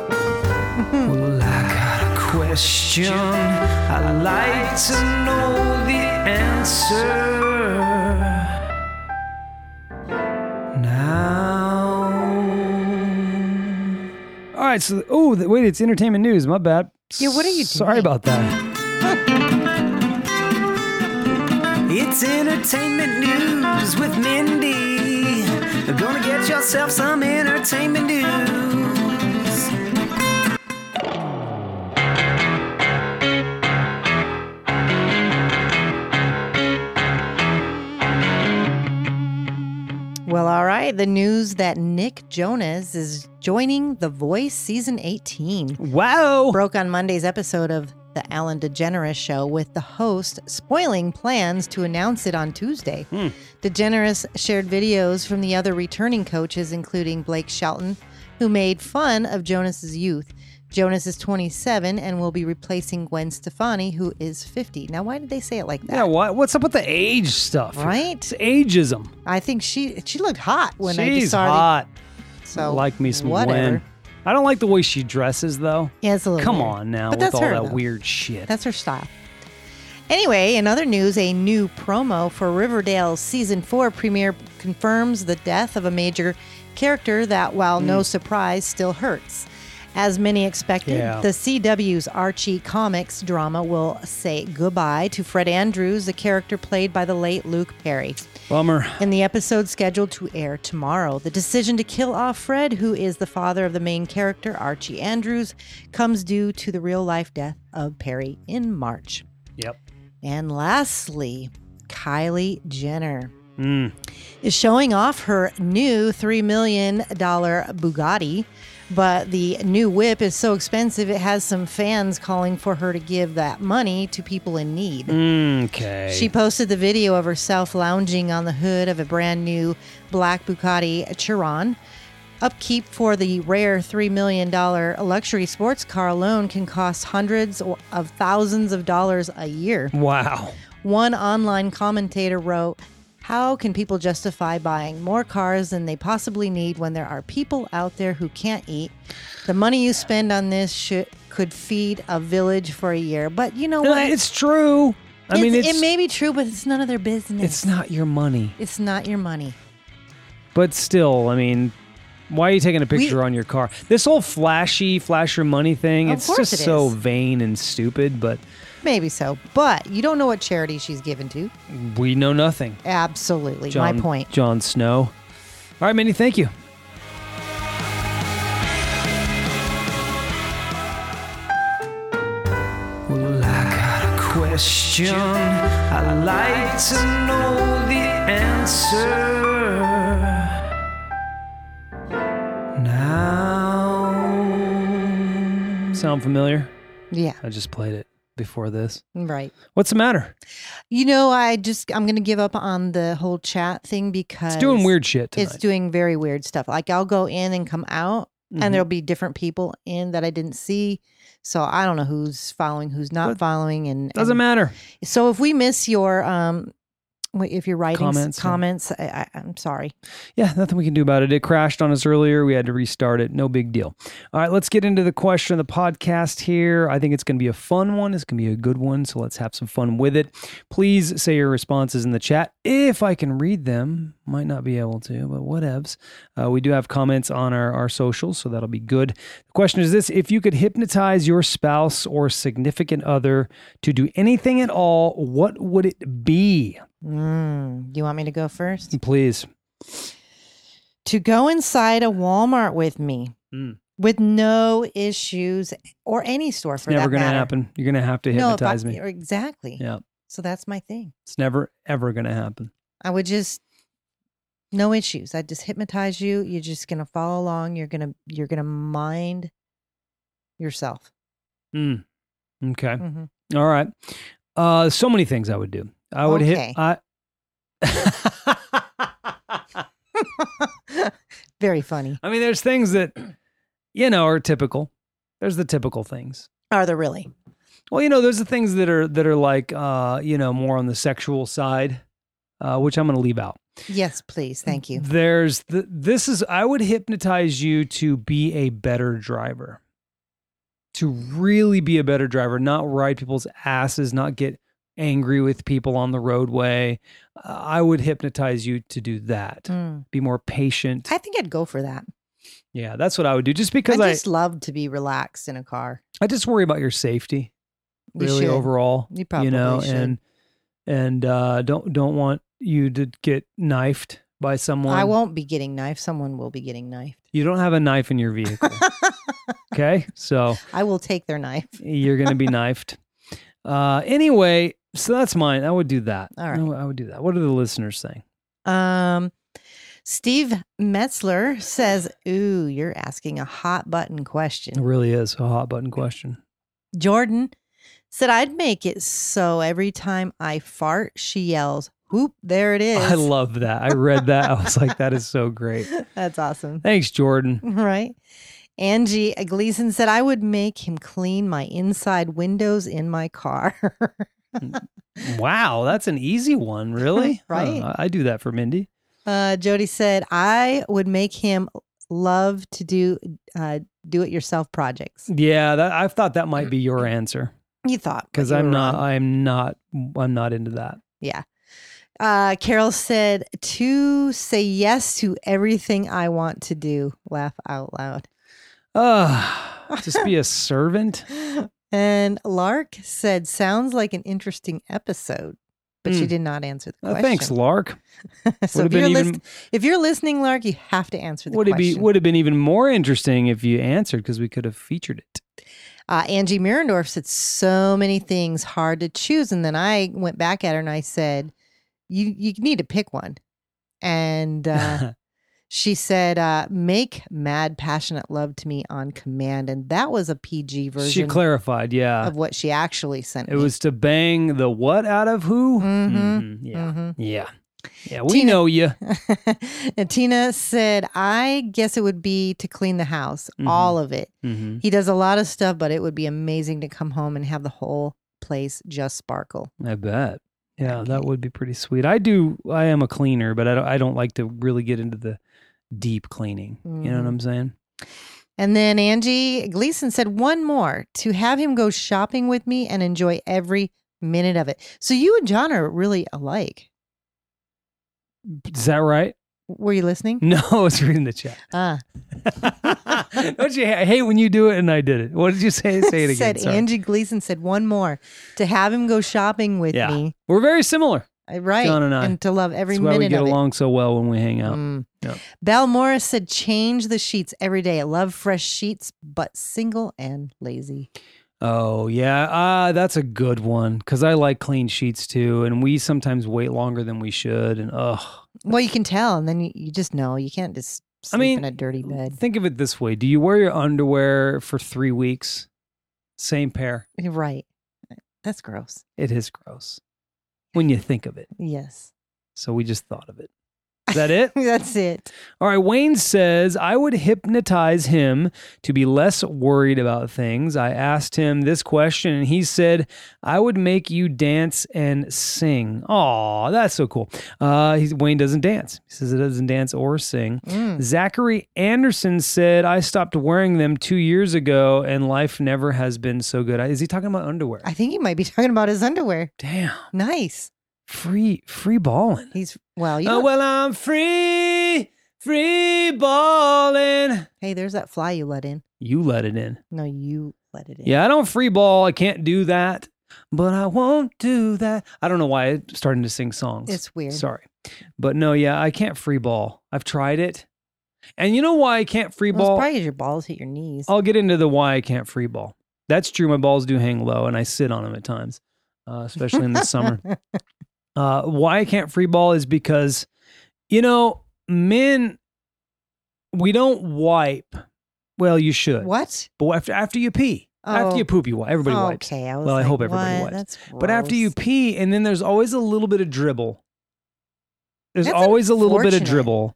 [SPEAKER 1] well, I got a question. I'd like to know the answer now. All right, so oh th- wait, it's entertainment news. My bad.
[SPEAKER 2] Yeah, what are you
[SPEAKER 1] Sorry
[SPEAKER 2] doing?
[SPEAKER 1] about that.
[SPEAKER 4] It's entertainment news with Mindy. You're gonna get yourself some entertainment news.
[SPEAKER 2] Well, all right. The news that Nick Jonas is joining The Voice season 18
[SPEAKER 1] Wow.
[SPEAKER 2] broke on Monday's episode of The Alan DeGeneres Show with the host spoiling plans to announce it on Tuesday.
[SPEAKER 1] Hmm.
[SPEAKER 2] DeGeneres shared videos from the other returning coaches, including Blake Shelton, who made fun of Jonas's youth. Jonas is 27 and will be replacing Gwen Stefani, who is 50. Now, why did they say it like that?
[SPEAKER 1] Yeah, what, what's up with the age stuff?
[SPEAKER 2] Right?
[SPEAKER 1] It's ageism.
[SPEAKER 2] I think she she looked hot when I just
[SPEAKER 1] She's
[SPEAKER 2] saw the-
[SPEAKER 1] hot.
[SPEAKER 2] So
[SPEAKER 1] like me some
[SPEAKER 2] whatever.
[SPEAKER 1] Gwen. I don't like the way she dresses though.
[SPEAKER 2] Yeah, it's a little
[SPEAKER 1] Come
[SPEAKER 2] weird.
[SPEAKER 1] on now with
[SPEAKER 2] But that's
[SPEAKER 1] all
[SPEAKER 2] her,
[SPEAKER 1] that
[SPEAKER 2] though.
[SPEAKER 1] weird shit.
[SPEAKER 2] That's her style. Anyway, in other news, a new promo for Riverdale's season four premiere confirms the death of a major character that, while no surprise, still hurts. As many expected,
[SPEAKER 1] Yeah.
[SPEAKER 2] the CW's Archie Comics drama will say goodbye to Fred Andrews, the character played by the late Luke Perry.
[SPEAKER 1] Bummer.
[SPEAKER 2] In the episode scheduled to air tomorrow, the decision to kill off Fred, who is the father of the main character, Archie Andrews, comes due to the real life death of Perry in March.
[SPEAKER 1] Yep.
[SPEAKER 2] And lastly, Kylie Jenner
[SPEAKER 1] Mm.
[SPEAKER 2] is showing off her new $3 million Bugatti, but the new whip is so expensive it has some fans calling for her to give that money to people in need.
[SPEAKER 1] Okay.
[SPEAKER 2] She posted the video of herself lounging on the hood of a brand new black Bucati Chiron. Upkeep for the rare $3 million luxury sports car alone can cost hundreds or- of thousands of dollars a year.
[SPEAKER 1] wow.
[SPEAKER 2] One online commentator wrote, How can people justify buying more cars than they possibly need when there are people out there who can't eat? The money you spend on this should, could feed a village for a year. But you know
[SPEAKER 1] No,
[SPEAKER 2] what?
[SPEAKER 1] It's true. I mean, it's
[SPEAKER 2] it may be true, but it's none of their business.
[SPEAKER 1] it's not your money,
[SPEAKER 2] It's not your money.
[SPEAKER 1] but still, I mean. Why are you taking a picture on your car? This whole flashy, flash your money thing,
[SPEAKER 2] Of
[SPEAKER 1] it's
[SPEAKER 2] course
[SPEAKER 1] just
[SPEAKER 2] it
[SPEAKER 1] so
[SPEAKER 2] is.
[SPEAKER 1] vain and stupid, but
[SPEAKER 2] Maybe so, but you don't know what charity she's given to.
[SPEAKER 1] we know nothing.
[SPEAKER 2] Absolutely.
[SPEAKER 1] John,
[SPEAKER 2] My point.
[SPEAKER 1] John Snow. All right, Mindy, thank you.
[SPEAKER 4] Well, I got a question. I'd like to know the answer now.
[SPEAKER 1] Sound familiar?
[SPEAKER 2] Yeah,
[SPEAKER 1] I just played it before this.
[SPEAKER 2] right.
[SPEAKER 1] What's the matter?
[SPEAKER 2] You know, I just I'm gonna give up on the whole chat thing because
[SPEAKER 1] It's doing weird shit tonight.
[SPEAKER 2] It's doing very weird stuff. Like I'll go in and come out,
[SPEAKER 1] Mhm.
[SPEAKER 2] and there'll be different people in that I didn't see. So I don't know who's following, who's not
[SPEAKER 1] That
[SPEAKER 2] following, and
[SPEAKER 1] Doesn't
[SPEAKER 2] and-
[SPEAKER 1] matter.
[SPEAKER 2] So if we miss your um, wait, if you're writing s-
[SPEAKER 1] Comments, yeah.
[SPEAKER 2] comments, I, I, I'm sorry.
[SPEAKER 1] Yeah, nothing we can do about it. It crashed on us earlier. We had to restart it. No big deal. All right, let's get into the question of the podcast here. I think it's going to be a fun one. It's going to be a good one. So let's have some fun with it. Please say your responses in the chat if I can read them. Might not be able to, but whatevs. Uh, we do have comments on our, our socials, so that'll be good. The question is this If you could hypnotize your spouse or significant other to do anything at all, what would it be?
[SPEAKER 2] Mm, you want me to go first?
[SPEAKER 1] Please.
[SPEAKER 2] to go inside a Walmart with me
[SPEAKER 1] Mm.
[SPEAKER 2] with no issues or any store
[SPEAKER 1] It's
[SPEAKER 2] for
[SPEAKER 1] never
[SPEAKER 2] that
[SPEAKER 1] going to
[SPEAKER 2] matter.
[SPEAKER 1] happen. You're going to have to
[SPEAKER 2] No, if I-
[SPEAKER 1] hypnotize me.
[SPEAKER 2] exactly.
[SPEAKER 1] Yeah.
[SPEAKER 2] So that's my thing.
[SPEAKER 1] It's never ever going to happen.
[SPEAKER 2] I would just no issues. I just hypnotize you. You're just gonna follow along. You're gonna you're gonna mind yourself.
[SPEAKER 1] Mm. Okay.
[SPEAKER 2] Mhm.
[SPEAKER 1] All right. Uh, so many things I would do. I would
[SPEAKER 2] Okay.
[SPEAKER 1] hit. I,
[SPEAKER 2] Very funny.
[SPEAKER 1] I mean, there's things that you know are typical. There's the typical things.
[SPEAKER 2] Are there really?
[SPEAKER 1] Well, you know, there's the things that are that are like uh, you know more on the sexual side, uh, which I'm going to leave out.
[SPEAKER 2] Yes, please. Thank you.
[SPEAKER 1] There's the this is I would hypnotize you to be a better driver. To really be a better driver, not ride people's asses, not get angry with people on the roadway. Uh, I would hypnotize you to do that.
[SPEAKER 2] Mm.
[SPEAKER 1] Be more patient.
[SPEAKER 2] I think I'd go for that.
[SPEAKER 1] yeah, that's what I would do just
[SPEAKER 2] I
[SPEAKER 1] because I
[SPEAKER 2] just love to be relaxed in a car.
[SPEAKER 1] I just worry about your safety
[SPEAKER 2] You
[SPEAKER 1] really
[SPEAKER 2] should.
[SPEAKER 1] overall.
[SPEAKER 2] You probably
[SPEAKER 1] you know,
[SPEAKER 2] should.
[SPEAKER 1] and and uh don't don't want you to get knifed by someone.
[SPEAKER 2] I won't be getting knifed. Someone will be getting knifed.
[SPEAKER 1] You don't have a knife in your vehicle. okay? So
[SPEAKER 2] I will take their knife.
[SPEAKER 1] you're gonna be knifed. Uh, anyway, so that's mine. I would do that.
[SPEAKER 2] All right.
[SPEAKER 1] I would- I would do that. What are the listeners saying?
[SPEAKER 2] Um, Steve Metzler says, Ooh, you're asking a hot button
[SPEAKER 1] It
[SPEAKER 2] question.
[SPEAKER 1] really is a hot button question.
[SPEAKER 2] Jordan said, I'd make it so every time I fart, she yells, Whoop, there it is.
[SPEAKER 1] I love that. I read that. I was like, that is so great.
[SPEAKER 2] That's awesome.
[SPEAKER 1] Thanks, Jordan.
[SPEAKER 2] Right. Angie Gleason said, I would make him clean my inside windows in my car.
[SPEAKER 1] Wow, that's an easy one, really. Huh,
[SPEAKER 2] Right.
[SPEAKER 1] I do that for Mindy.
[SPEAKER 2] Uh, Jody said, "I would make him love to do uh, do-it-yourself projects."
[SPEAKER 1] Yeah, that, I thought that might be your answer
[SPEAKER 2] You thought but
[SPEAKER 1] because
[SPEAKER 2] you
[SPEAKER 1] I'm
[SPEAKER 2] were
[SPEAKER 1] not.
[SPEAKER 2] wrong.
[SPEAKER 1] I'm not. I'm not into that.
[SPEAKER 2] Uh, Carol said to say yes to everything I want to do. Laugh out loud.
[SPEAKER 1] Uh, just be a servant.
[SPEAKER 2] And Lark said, "Sounds like an interesting episode." But she
[SPEAKER 1] Mm.
[SPEAKER 2] did not answer the
[SPEAKER 1] Uh,
[SPEAKER 2] question.
[SPEAKER 1] thanks, Lark.
[SPEAKER 2] so
[SPEAKER 1] Would've
[SPEAKER 2] if you're,
[SPEAKER 1] been even-
[SPEAKER 2] listen- if you're listening, Lark, you have to answer the
[SPEAKER 1] Would it
[SPEAKER 2] question.
[SPEAKER 1] be would have been even more interesting if you answered because we could have featured it.
[SPEAKER 2] uh, Angie Mirendorf said so many things hard to choose, and then I went back at her and I said, "You you need to pick one." And uh, she said, uh, "Make mad passionate love to me on command," and that was a PG
[SPEAKER 1] she
[SPEAKER 2] version
[SPEAKER 1] clarified, yeah.
[SPEAKER 2] of what she actually sent.
[SPEAKER 1] It was to bang the what out of who?
[SPEAKER 2] Mhm.
[SPEAKER 1] Mhm, Yeah. Yeah. Yeah, we
[SPEAKER 2] Tina-
[SPEAKER 1] know you.
[SPEAKER 2] Mm-hmm. and Tina said, "I guess it would be to clean the house,
[SPEAKER 1] Mhm.
[SPEAKER 2] all of it.
[SPEAKER 1] hmm
[SPEAKER 2] He does a lot of stuff, but it would be amazing to come home and have the whole place just sparkle."
[SPEAKER 1] I bet. Yeah, that
[SPEAKER 2] Okay.
[SPEAKER 1] would be pretty sweet. I do I am a cleaner, but I don't I don't like to really get into the deep cleaning. You know what
[SPEAKER 2] Mhm.
[SPEAKER 1] I'm saying?
[SPEAKER 2] And then Angie Gleason said one more to have him go shopping with me and enjoy every minute of it. So you and John are really alike.
[SPEAKER 1] Is that right?
[SPEAKER 2] Were you listening?
[SPEAKER 1] No, I was reading the chat.
[SPEAKER 2] Ah,
[SPEAKER 1] Don't you I hate when you do it and I did it. What did you say? Say it again.
[SPEAKER 2] said
[SPEAKER 1] sorry.
[SPEAKER 2] Angie Gleason said one more to have him go shopping with
[SPEAKER 1] Yeah.
[SPEAKER 2] me.
[SPEAKER 1] We're very similar.
[SPEAKER 2] Uh, Right.
[SPEAKER 1] John and I.
[SPEAKER 2] to love every
[SPEAKER 1] That's why
[SPEAKER 2] minute
[SPEAKER 1] we get
[SPEAKER 2] of
[SPEAKER 1] along so well when we hang
[SPEAKER 2] it.
[SPEAKER 1] out.
[SPEAKER 2] Mm.
[SPEAKER 1] Yeah.
[SPEAKER 2] Val Morris said change the sheets every day. I love fresh sheets, but single and lazy.
[SPEAKER 1] Oh yeah, ah, that's a good one because I like clean sheets too, and we sometimes wait longer than we should. And ugh,
[SPEAKER 2] Well, you can tell, and then you, you just know you can't just
[SPEAKER 1] I
[SPEAKER 2] sleep
[SPEAKER 1] mean,
[SPEAKER 2] in a dirty bed.
[SPEAKER 1] think of it this way: Do you wear your underwear for three weeks Same pair.
[SPEAKER 2] You're right. That's gross.
[SPEAKER 1] It is gross when you think of it.
[SPEAKER 2] Yes.
[SPEAKER 1] So we just thought of it. Is that it?
[SPEAKER 2] That's it.
[SPEAKER 1] All right, Wayne says, I would hypnotize him to be less worried about things. I asked him this question and he said, I would make you dance and sing. Aw, that's so cool. Uh, he's, Wayne doesn't dance. He says he doesn't dance or sing.
[SPEAKER 2] Mm.
[SPEAKER 1] Zachary Anderson said, I stopped wearing them two years ago and life never has been so good. Is he talking about underwear?
[SPEAKER 2] I think he might be talking about his underwear.
[SPEAKER 1] Damn,
[SPEAKER 2] Nice.
[SPEAKER 1] free, free balling.
[SPEAKER 2] He's well. You
[SPEAKER 1] Oh,
[SPEAKER 2] don't-
[SPEAKER 1] well, I'm free, free balling.
[SPEAKER 2] Hey, there's that fly you let in.
[SPEAKER 1] You let it in.
[SPEAKER 2] No, you let it in.
[SPEAKER 1] Yeah, I don't free ball. I can't do that, but I won't do that. I don't know why I'm starting to sing songs.
[SPEAKER 2] It's weird.
[SPEAKER 1] Sorry. But no, yeah, I can't free ball. I've tried it. And you know why I can't free
[SPEAKER 2] Well, it's
[SPEAKER 1] ball?
[SPEAKER 2] probably 'cause your balls hit your knees.
[SPEAKER 1] I'll get into the why I can't free ball. That's true. My balls do hang low and I sit on them at times, uh, especially in the summer. Uh, why I can't free ball is because, you know, men, we don't wipe. Well, you should.
[SPEAKER 2] what?
[SPEAKER 1] But after, after you pee, after
[SPEAKER 2] Oh.
[SPEAKER 1] you poop, you wipe. Everybody wipes.
[SPEAKER 2] okay. I was
[SPEAKER 1] Well, I
[SPEAKER 2] like,
[SPEAKER 1] hope everybody
[SPEAKER 2] what?
[SPEAKER 1] wipes.
[SPEAKER 2] That's
[SPEAKER 1] But after you
[SPEAKER 2] gross.
[SPEAKER 1] pee, and then there's always a little bit of dribble. There's
[SPEAKER 2] That's
[SPEAKER 1] always a little bit of
[SPEAKER 2] unfortunate.
[SPEAKER 1] dribble,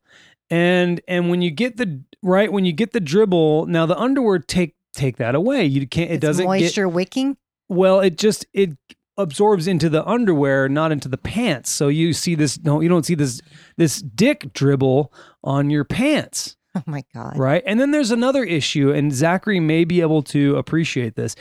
[SPEAKER 1] and and when you get the right when you get the dribble, now the underwear take take that away. You can't. It
[SPEAKER 2] It's
[SPEAKER 1] doesn't get
[SPEAKER 2] moisture wicking.
[SPEAKER 1] well. It just it absorbs into the underwear, not into the pants. So you see this. No, you don't see this this dick dribble on your pants.
[SPEAKER 2] Oh my god.
[SPEAKER 1] Right. And then there's another issue, and Zachary may be able to appreciate this.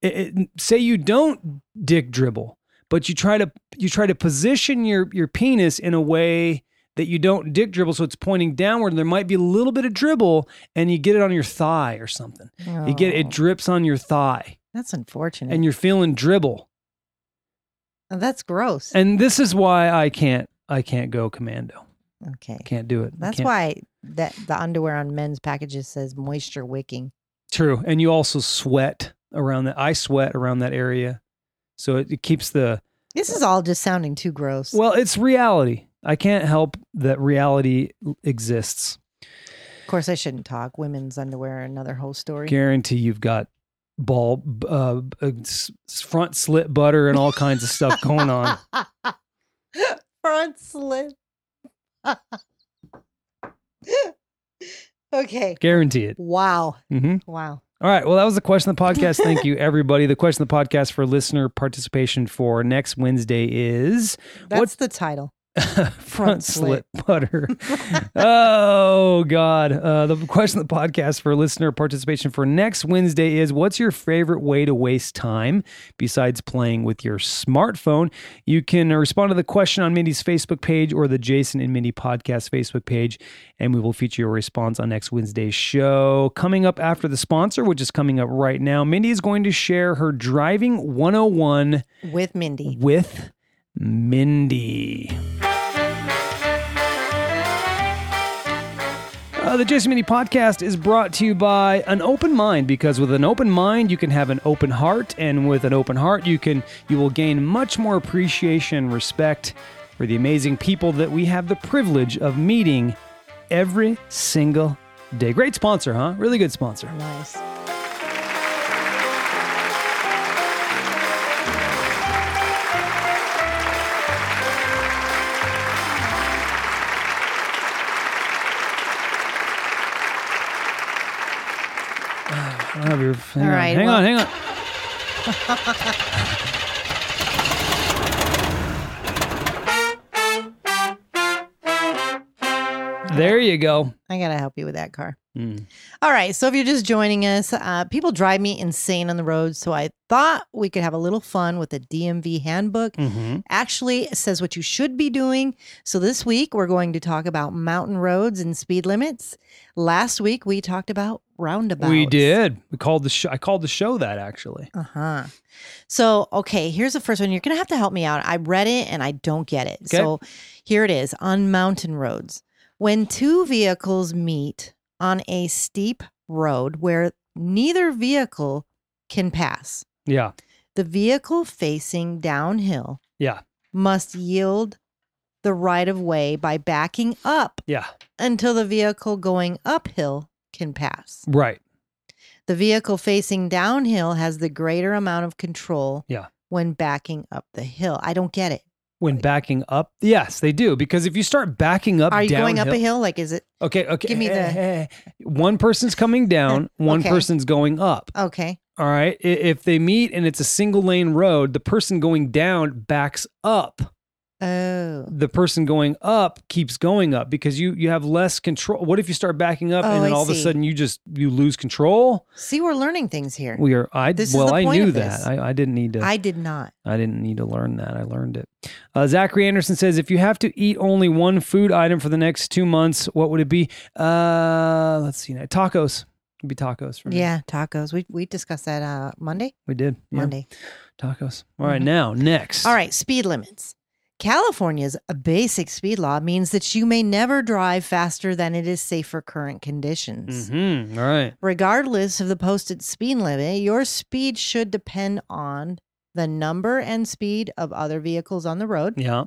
[SPEAKER 1] It- it- say you don't dick dribble, but you try to you try to position your your penis in a way that you don't dick dribble, so it's pointing downward. And there might be a little bit of dribble, and you get it on your thigh or something. You get it
[SPEAKER 2] Oh,
[SPEAKER 1] drips on your thigh,
[SPEAKER 2] That's unfortunate.
[SPEAKER 1] and you're feeling dribble.
[SPEAKER 2] Oh, that's gross.
[SPEAKER 1] And this is why I can't I can't go commando.
[SPEAKER 2] okay.
[SPEAKER 1] I can't do it. I
[SPEAKER 2] That's
[SPEAKER 1] can't-
[SPEAKER 2] why that the underwear on men's packages says moisture wicking.
[SPEAKER 1] True, and you also sweat around that. I sweat around that area, so it, it keeps the
[SPEAKER 2] This is all just sounding too gross.
[SPEAKER 1] well. It's reality. I can't help that reality exists.
[SPEAKER 2] of course, I shouldn't talk. Women's underwear, another whole story.
[SPEAKER 1] Guarantee you've got ball uh, uh, s- front slit butter and all kinds of stuff going on.
[SPEAKER 2] Front slip. okay.
[SPEAKER 1] Guarantee it.
[SPEAKER 2] Wow.
[SPEAKER 1] hmm
[SPEAKER 2] Wow.
[SPEAKER 1] All right. Well, that was the question of the podcast. Thank you, everybody. The question of the podcast for listener participation for next Wednesday is
[SPEAKER 2] That's
[SPEAKER 1] What's-
[SPEAKER 2] the title.
[SPEAKER 1] front
[SPEAKER 2] Front
[SPEAKER 1] slit butter. oh God! Uh, the question of the podcast for listener participation for next Wednesday is: What's your favorite way to waste time besides playing with your smartphone? You can respond to the question on Mindy's Facebook page or the Jason and Mindy podcast Facebook page, and we will feature your response on next Wednesday's show. Coming up after the sponsor, which is coming up right now, Mindy is going to share her driving 101
[SPEAKER 2] With Mindy.
[SPEAKER 1] with Mindy. Uh, the Jason Mindy podcast is brought to you by an open mind because with an open mind you can have an open heart and with an open heart you can you will gain much more appreciation and respect for the amazing people that we have the privilege of meeting every single day. Great sponsor, huh? Really good sponsor.
[SPEAKER 2] Nice.
[SPEAKER 1] I don't have your- hang
[SPEAKER 2] All
[SPEAKER 1] on,
[SPEAKER 2] right,
[SPEAKER 1] Hang
[SPEAKER 2] well-
[SPEAKER 1] on, hang on. There you go.
[SPEAKER 2] I got to help you with that car.
[SPEAKER 1] Mm.
[SPEAKER 2] All right. So if you're just joining us, uh, people drive me insane on the road. So I thought we could have a little fun with the DMV handbook.
[SPEAKER 1] Mm-hmm.
[SPEAKER 2] Actually, it says what you should be doing. So this week, we're going to talk about mountain roads and speed limits. Last week, we talked about roundabouts.
[SPEAKER 1] We did. We called the show. I called the show that actually.
[SPEAKER 2] Uh huh. So, okay, here's the first one. You're going to have to help me out. I read it and I don't get it.
[SPEAKER 1] Okay.
[SPEAKER 2] So, here it is on mountain roads. When two vehicles meet on a steep road where neither vehicle can pass,
[SPEAKER 1] Yeah.
[SPEAKER 2] the vehicle facing downhill
[SPEAKER 1] Yeah.
[SPEAKER 2] must yield the right of way by backing up
[SPEAKER 1] Yeah.
[SPEAKER 2] until the vehicle going uphill can pass.
[SPEAKER 1] Right.
[SPEAKER 2] The vehicle facing downhill has the greater amount of control
[SPEAKER 1] Yeah.
[SPEAKER 2] when backing up the hill. I don't get it.
[SPEAKER 1] When backing up, yes, they do because if you start backing up,
[SPEAKER 2] Are you going up a
[SPEAKER 1] downhill-
[SPEAKER 2] hill? Like, is it
[SPEAKER 1] Okay, okay.
[SPEAKER 2] Give me the-
[SPEAKER 1] eh, eh. one person's coming down, one
[SPEAKER 2] Okay.
[SPEAKER 1] person's going up.
[SPEAKER 2] okay?
[SPEAKER 1] All right. I- If they meet and it's a single lane road, the person going down backs up.
[SPEAKER 2] Oh,
[SPEAKER 1] The person going up keeps going up because you you have less control. What if you start backing up
[SPEAKER 2] Oh,
[SPEAKER 1] and then
[SPEAKER 2] I
[SPEAKER 1] all of a
[SPEAKER 2] see.
[SPEAKER 1] sudden you just you lose control?
[SPEAKER 2] see, we're learning things here.
[SPEAKER 1] We are. I
[SPEAKER 2] This is
[SPEAKER 1] well,
[SPEAKER 2] the
[SPEAKER 1] I
[SPEAKER 2] point
[SPEAKER 1] knew
[SPEAKER 2] of
[SPEAKER 1] that.
[SPEAKER 2] this.
[SPEAKER 1] I, I didn't need to.
[SPEAKER 2] I did not.
[SPEAKER 1] I didn't need to learn that. I learned it. Uh, Zachary Anderson says, if you have to eat only one food item for the next two months, what would it be? Uh, let's see. Now. Tacos. It'd be tacos for me.
[SPEAKER 2] Yeah, tacos. We we discussed that uh, Monday.
[SPEAKER 1] we did. Yeah,
[SPEAKER 2] Monday.
[SPEAKER 1] tacos. All right,
[SPEAKER 2] Mhm.
[SPEAKER 1] now next.
[SPEAKER 2] All right, speed limits. California's basic speed law means that you may never drive faster than it is safe for current conditions.
[SPEAKER 1] Mm-hmm. All right.
[SPEAKER 2] Regardless of the posted speed limit, your speed should depend on the number and speed of other vehicles on the road,
[SPEAKER 1] Yeah,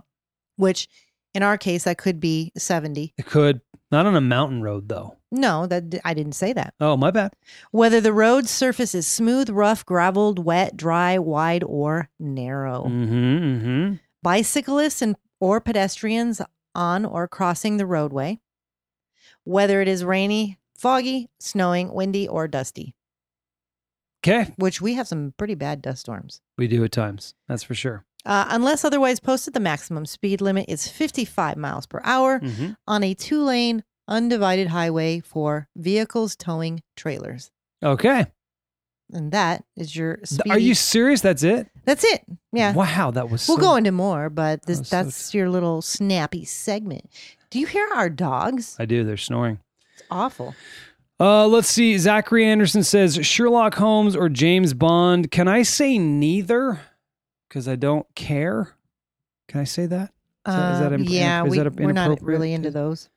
[SPEAKER 2] which in our case that could be 70.
[SPEAKER 1] it could. Not on a mountain road though.
[SPEAKER 2] No, that I didn't say that.
[SPEAKER 1] Oh, my bad.
[SPEAKER 2] Whether the road surface is smooth, rough, graveled, wet, dry, wide, or narrow.
[SPEAKER 1] Mm-hmm. Mm-hmm.
[SPEAKER 2] bicyclists and or pedestrians on or crossing the roadway, whether it is rainy, foggy, snowing, windy, or dusty,
[SPEAKER 1] Okay,
[SPEAKER 2] which we have some pretty bad dust storms.
[SPEAKER 1] we do at times. That's for sure.
[SPEAKER 2] Uh, unless otherwise posted, the maximum speed limit is 55 miles per hour
[SPEAKER 1] Mm-hmm.
[SPEAKER 2] on a two lane undivided highway for vehicles towing trailers.
[SPEAKER 1] Okay.
[SPEAKER 2] And that is your
[SPEAKER 1] Th-
[SPEAKER 2] speed.
[SPEAKER 1] Are you serious? That's it.
[SPEAKER 2] That's it. Yeah.
[SPEAKER 1] Wow, that was.
[SPEAKER 2] We'll
[SPEAKER 1] so-
[SPEAKER 2] go into more, but this,
[SPEAKER 1] was so
[SPEAKER 2] that's your little snappy segment. Do you hear our dogs?
[SPEAKER 1] I do. They're snoring.
[SPEAKER 2] It's awful.
[SPEAKER 1] Uh, let's see. Zachary Anderson says Sherlock Holmes or James Bond. Can I say neither? Because I don't care. Can I say that? Is that- is that
[SPEAKER 2] Um,
[SPEAKER 1] impro-
[SPEAKER 2] yeah,
[SPEAKER 1] is
[SPEAKER 2] we,
[SPEAKER 1] that
[SPEAKER 2] we're not
[SPEAKER 1] inappropriate
[SPEAKER 2] really into
[SPEAKER 1] to-
[SPEAKER 2] those.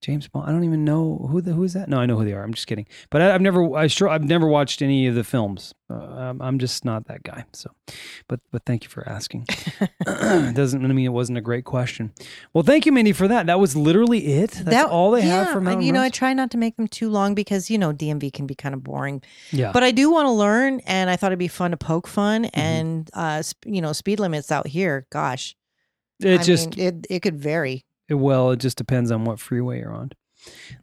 [SPEAKER 1] James Bond. I don't even know who the who is that. No, I know who they are. I'm just kidding. But I, I've never I sure I've never watched any of the films. Uh, I'm, I'm just not that guy. So, but but thank you for asking. Doesn't mean it wasn't a great question. Well, thank you, Mindy, for that. That was literally it. That's all they have
[SPEAKER 2] yeah,
[SPEAKER 1] for
[SPEAKER 2] I-
[SPEAKER 1] Mountain
[SPEAKER 2] You know, I
[SPEAKER 1] Roads?
[SPEAKER 2] try not to make them too long because you know DMV can be kind of boring.
[SPEAKER 1] yeah. Mm-hmm.
[SPEAKER 2] But I do want to learn, and I thought it'd be fun to poke fun and uh, sp- you know, speed limits out here. Gosh,
[SPEAKER 1] it
[SPEAKER 2] I
[SPEAKER 1] just
[SPEAKER 2] mean, it it could vary.
[SPEAKER 1] It- well it just depends on what freeway you're on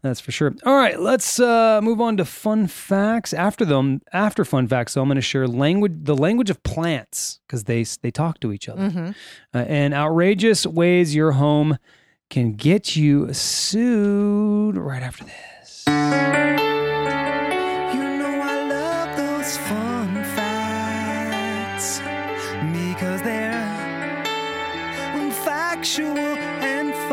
[SPEAKER 1] that's for sure all right let's uh, move on to fun facts after them after fun facts so i'm going to share language the language of plants because they s- they talk to each other
[SPEAKER 2] Mhm.
[SPEAKER 1] uh, and outrageous ways your home can get you sued right after this
[SPEAKER 4] You know I love those fun facts because they're factual and fun.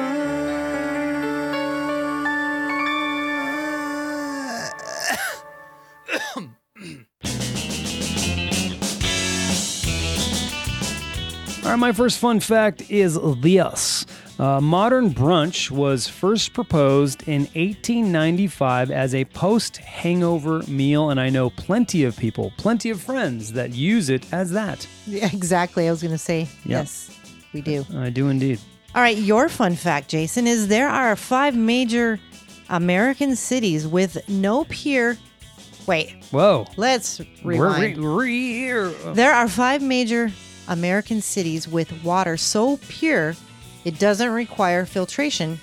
[SPEAKER 1] All right, my first fun fact is this. Uh, modern brunch was first proposed in 1895 as a post hangover meal, and I know plenty of people, plenty of friends that use it as that.
[SPEAKER 2] Yeah, exactly. I was going to say yes, we do.
[SPEAKER 1] I do indeed.
[SPEAKER 2] All right, your fun fact, Jason, is there are five major American cities with no pier. Wait,
[SPEAKER 1] Whoa.
[SPEAKER 2] let's
[SPEAKER 1] We're
[SPEAKER 2] rewind.
[SPEAKER 1] re- re- here.
[SPEAKER 2] There are five major American cities with water so pure it doesn't require filtration.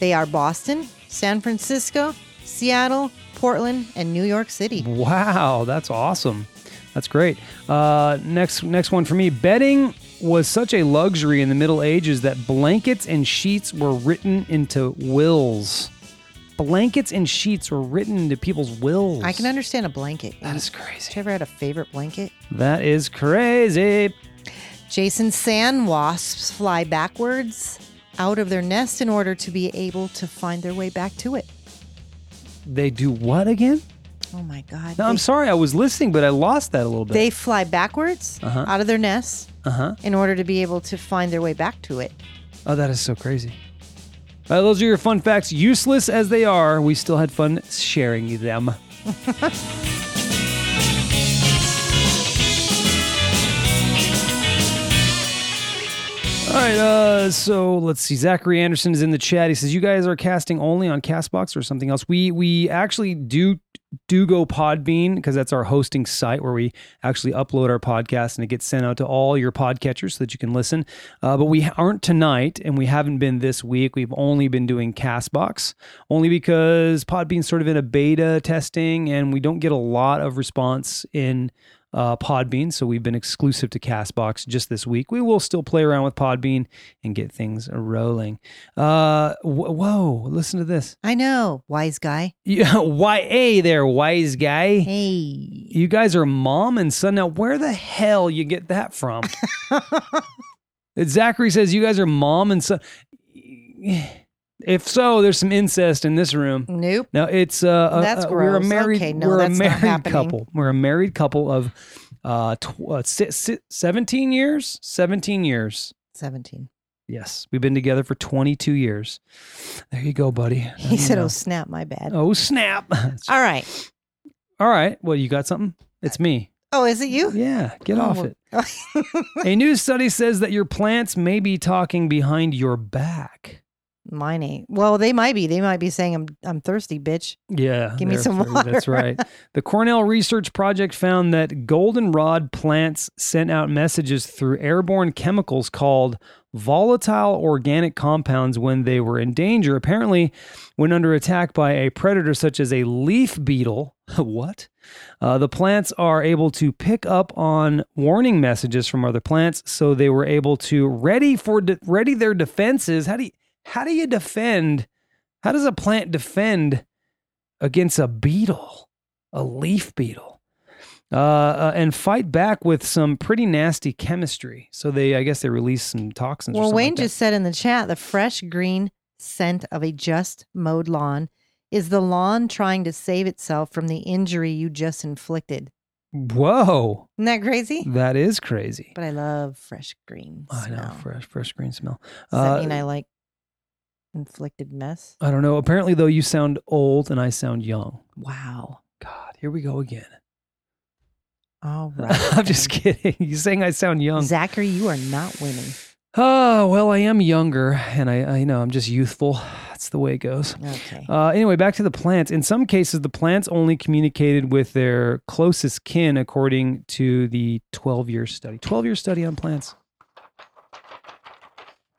[SPEAKER 2] They are Boston, San Francisco, Seattle, Portland, and New York City.
[SPEAKER 1] Wow, that's awesome. That's great. Uh, next, next one for me. Bedding was such a luxury in the Middle Ages that blankets and sheets were written into wills. Blankets and sheets were written into people's wills.
[SPEAKER 2] I can understand a blanket.
[SPEAKER 1] That is
[SPEAKER 2] Have you
[SPEAKER 1] crazy.
[SPEAKER 2] ever had a favorite blanket?
[SPEAKER 1] That is crazy.
[SPEAKER 2] Jason, sand wasps fly backwards out of their nest in order to be able to find their way back to it.
[SPEAKER 1] They do what again?
[SPEAKER 2] Oh my God.
[SPEAKER 1] No, I'm
[SPEAKER 2] They-
[SPEAKER 1] sorry, I was listening, but I lost that a little bit.
[SPEAKER 2] They fly backwards
[SPEAKER 1] Uh-huh.
[SPEAKER 2] out of their nests in order to be able to find their way back to it.
[SPEAKER 1] Oh, that is so crazy. All right, those are your fun facts. Useless as they are, we still had fun sharing them. All right, uh, so let's see. Zachary Anderson is in the chat. He says, "You guys are casting only on Castbox or something else." We we actually do do go Podbean because that's our hosting site where we actually upload our podcast and it gets sent out to all your podcatchers so that you can listen. Uh, but we aren't tonight and we haven't been this week. We've only been doing Castbox only because Podbean's sort of in a beta testing and we don't get a lot of response in uh, Podbean. So we've been exclusive to Castbox just this week. We will still play around with Podbean and get things rolling. Uh, wh- whoa, listen to this.
[SPEAKER 2] I know, wise guy.
[SPEAKER 1] Yeah, YA there, wise guy.
[SPEAKER 2] Hey.
[SPEAKER 1] You guys are mom and son. Now, where the hell you get that from? Zachary says you guys are mom and son. If so, there's some incest in this room.
[SPEAKER 2] Nope.
[SPEAKER 1] No, it's uh, uh,
[SPEAKER 2] That's
[SPEAKER 1] uh, we're a
[SPEAKER 2] gross.
[SPEAKER 1] married
[SPEAKER 2] Okay, no,
[SPEAKER 1] we're
[SPEAKER 2] that's
[SPEAKER 1] a
[SPEAKER 2] not
[SPEAKER 1] married
[SPEAKER 2] happening.
[SPEAKER 1] couple. We're a married couple of uh, tw- uh si- si- 17 years, 17 years.
[SPEAKER 2] 17.
[SPEAKER 1] Yes, we've been together for 22 years. There you go, buddy.
[SPEAKER 2] He
[SPEAKER 1] I
[SPEAKER 2] said,
[SPEAKER 1] know.
[SPEAKER 2] oh, snap, my bad.
[SPEAKER 1] "Oh snap!"
[SPEAKER 2] All right.
[SPEAKER 1] All right, well, you got something? It's me.
[SPEAKER 2] Oh, is it you?
[SPEAKER 1] Yeah, get
[SPEAKER 2] Oh,
[SPEAKER 1] off
[SPEAKER 2] well-
[SPEAKER 1] it. A new study says that your plants may be talking behind your back.
[SPEAKER 2] Mine ain't. Well, they might be. They might be saying, I'm, I'm thirsty, bitch.
[SPEAKER 1] Yeah.
[SPEAKER 2] Give me
[SPEAKER 1] they're
[SPEAKER 2] some
[SPEAKER 1] afraid. That's
[SPEAKER 2] water.
[SPEAKER 1] right. The Cornell Research Project found that goldenrod plants sent out messages through airborne chemicals called volatile organic compounds when they were in danger. Apparently, when under attack by a predator such as a leaf beetle, what? Uh, the plants are able to pick up on warning messages from other plants, so they were able to ready for de- ready their defenses. How do you, how do you defend? How does a plant defend against a beetle, a leaf beetle? Uh, uh, and fight back with some pretty nasty chemistry. So they, I guess, they release some toxins. or
[SPEAKER 2] Well,
[SPEAKER 1] something
[SPEAKER 2] Wayne
[SPEAKER 1] like that.
[SPEAKER 2] just said in the chat the fresh green scent of a just mowed lawn is the lawn trying to save itself from the injury you just inflicted.
[SPEAKER 1] Whoa,
[SPEAKER 2] Isn't that crazy?
[SPEAKER 1] that is crazy.
[SPEAKER 2] But I love fresh green.
[SPEAKER 1] Mm. I know,
[SPEAKER 2] smell.
[SPEAKER 1] fresh, fresh green smell.
[SPEAKER 2] Does that
[SPEAKER 1] Uh,
[SPEAKER 2] mean I like inflicted mess?
[SPEAKER 1] I don't know. Apparently, though, you sound old and I sound young.
[SPEAKER 2] Wow.
[SPEAKER 1] God, here we go again.
[SPEAKER 2] All right.
[SPEAKER 1] I'm just kidding. You're saying I sound young.
[SPEAKER 2] Zachary, you are not winning.
[SPEAKER 1] Oh, well, I am younger and I, I you know I'm just youthful. That's the way it goes.
[SPEAKER 2] Okay.
[SPEAKER 1] Uh, anyway, back to the plants. In some cases, the plants only communicated with their closest kin, according to the 12 year study. 12 year study on plants.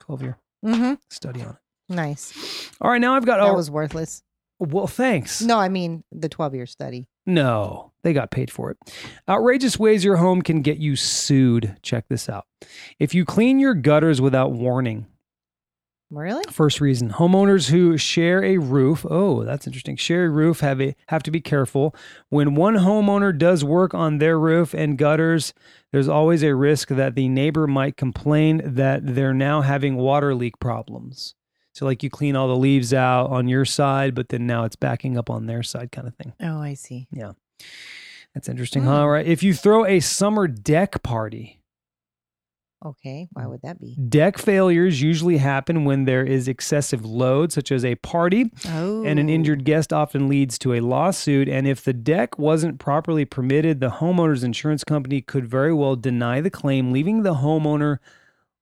[SPEAKER 1] 12 year
[SPEAKER 2] Mm-hmm.
[SPEAKER 1] study on it.
[SPEAKER 2] Nice.
[SPEAKER 1] All right, now I've got.
[SPEAKER 2] That
[SPEAKER 1] Oh,
[SPEAKER 2] was worthless.
[SPEAKER 1] well, thanks.
[SPEAKER 2] No, I mean the 12 year study.
[SPEAKER 1] No, they got paid for it. Outrageous ways your home can get you sued. Check this out. If you clean your gutters without warning,
[SPEAKER 2] Really?
[SPEAKER 1] First reason: homeowners who share a roof. Oh, that's interesting. Share a roof have a, have to be careful when one homeowner does work on their roof and gutters. There's always a risk that the neighbor might complain that they're now having water leak problems. So, like you clean all the leaves out on your side, but then now it's backing up on their side, kind of thing.
[SPEAKER 2] Oh, I see.
[SPEAKER 1] That's interesting. huh? All right. If you throw a summer deck party,
[SPEAKER 2] Okay. Why would that be?
[SPEAKER 1] deck failures usually happen when there is excessive load, such as a party.
[SPEAKER 2] Oh.
[SPEAKER 1] Mm. and an injured guest often leads to a lawsuit. And if the deck wasn't properly permitted, the homeowner's insurance company could very well deny the claim, leaving the homeowner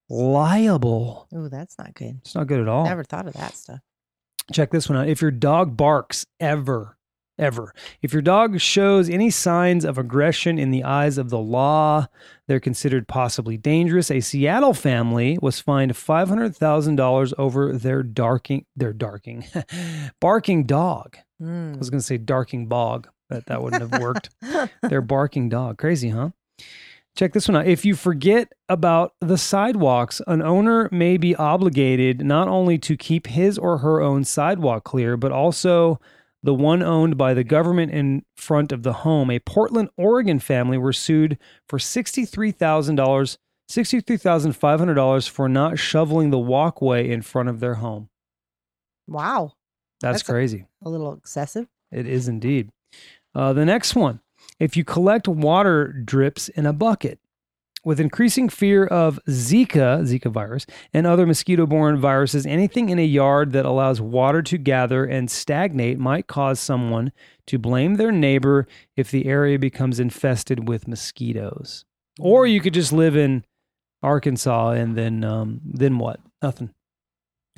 [SPEAKER 1] liable.
[SPEAKER 2] Oh, that's not good.
[SPEAKER 1] It's not good at all.
[SPEAKER 2] Never thought of that stuff.
[SPEAKER 1] Check this one out. If your dog barks ever, ever, if your dog shows any signs of aggression in the eyes of the law, they're considered possibly dangerous. A Seattle family was fined five hundred thousand dollars over their darking, their darking, barking dog. I
[SPEAKER 2] Mm.
[SPEAKER 1] was going to say darking bog, but that wouldn't have worked. They're barking dog. Crazy, huh? Check this one out. If you forget about the sidewalks, an owner may be obligated not only to keep his or her own sidewalk clear, but also the one owned by the government in front of the home. A Portland, Oregon family were sued for $63,000, $63,500 for not shoveling the walkway in front of their home.
[SPEAKER 2] wow.
[SPEAKER 1] That's,
[SPEAKER 2] That's a-
[SPEAKER 1] crazy.
[SPEAKER 2] A little excessive.
[SPEAKER 1] It is indeed. Uh, the next one if you collect water drips in a bucket, with increasing fear of Zika, Zika virus, and other mosquito borne viruses, anything in a yard that allows water to gather and stagnate might cause someone to blame their neighbor if the area becomes infested with mosquitoes. Or you could just live in Arkansas and then um, then what? Nothing.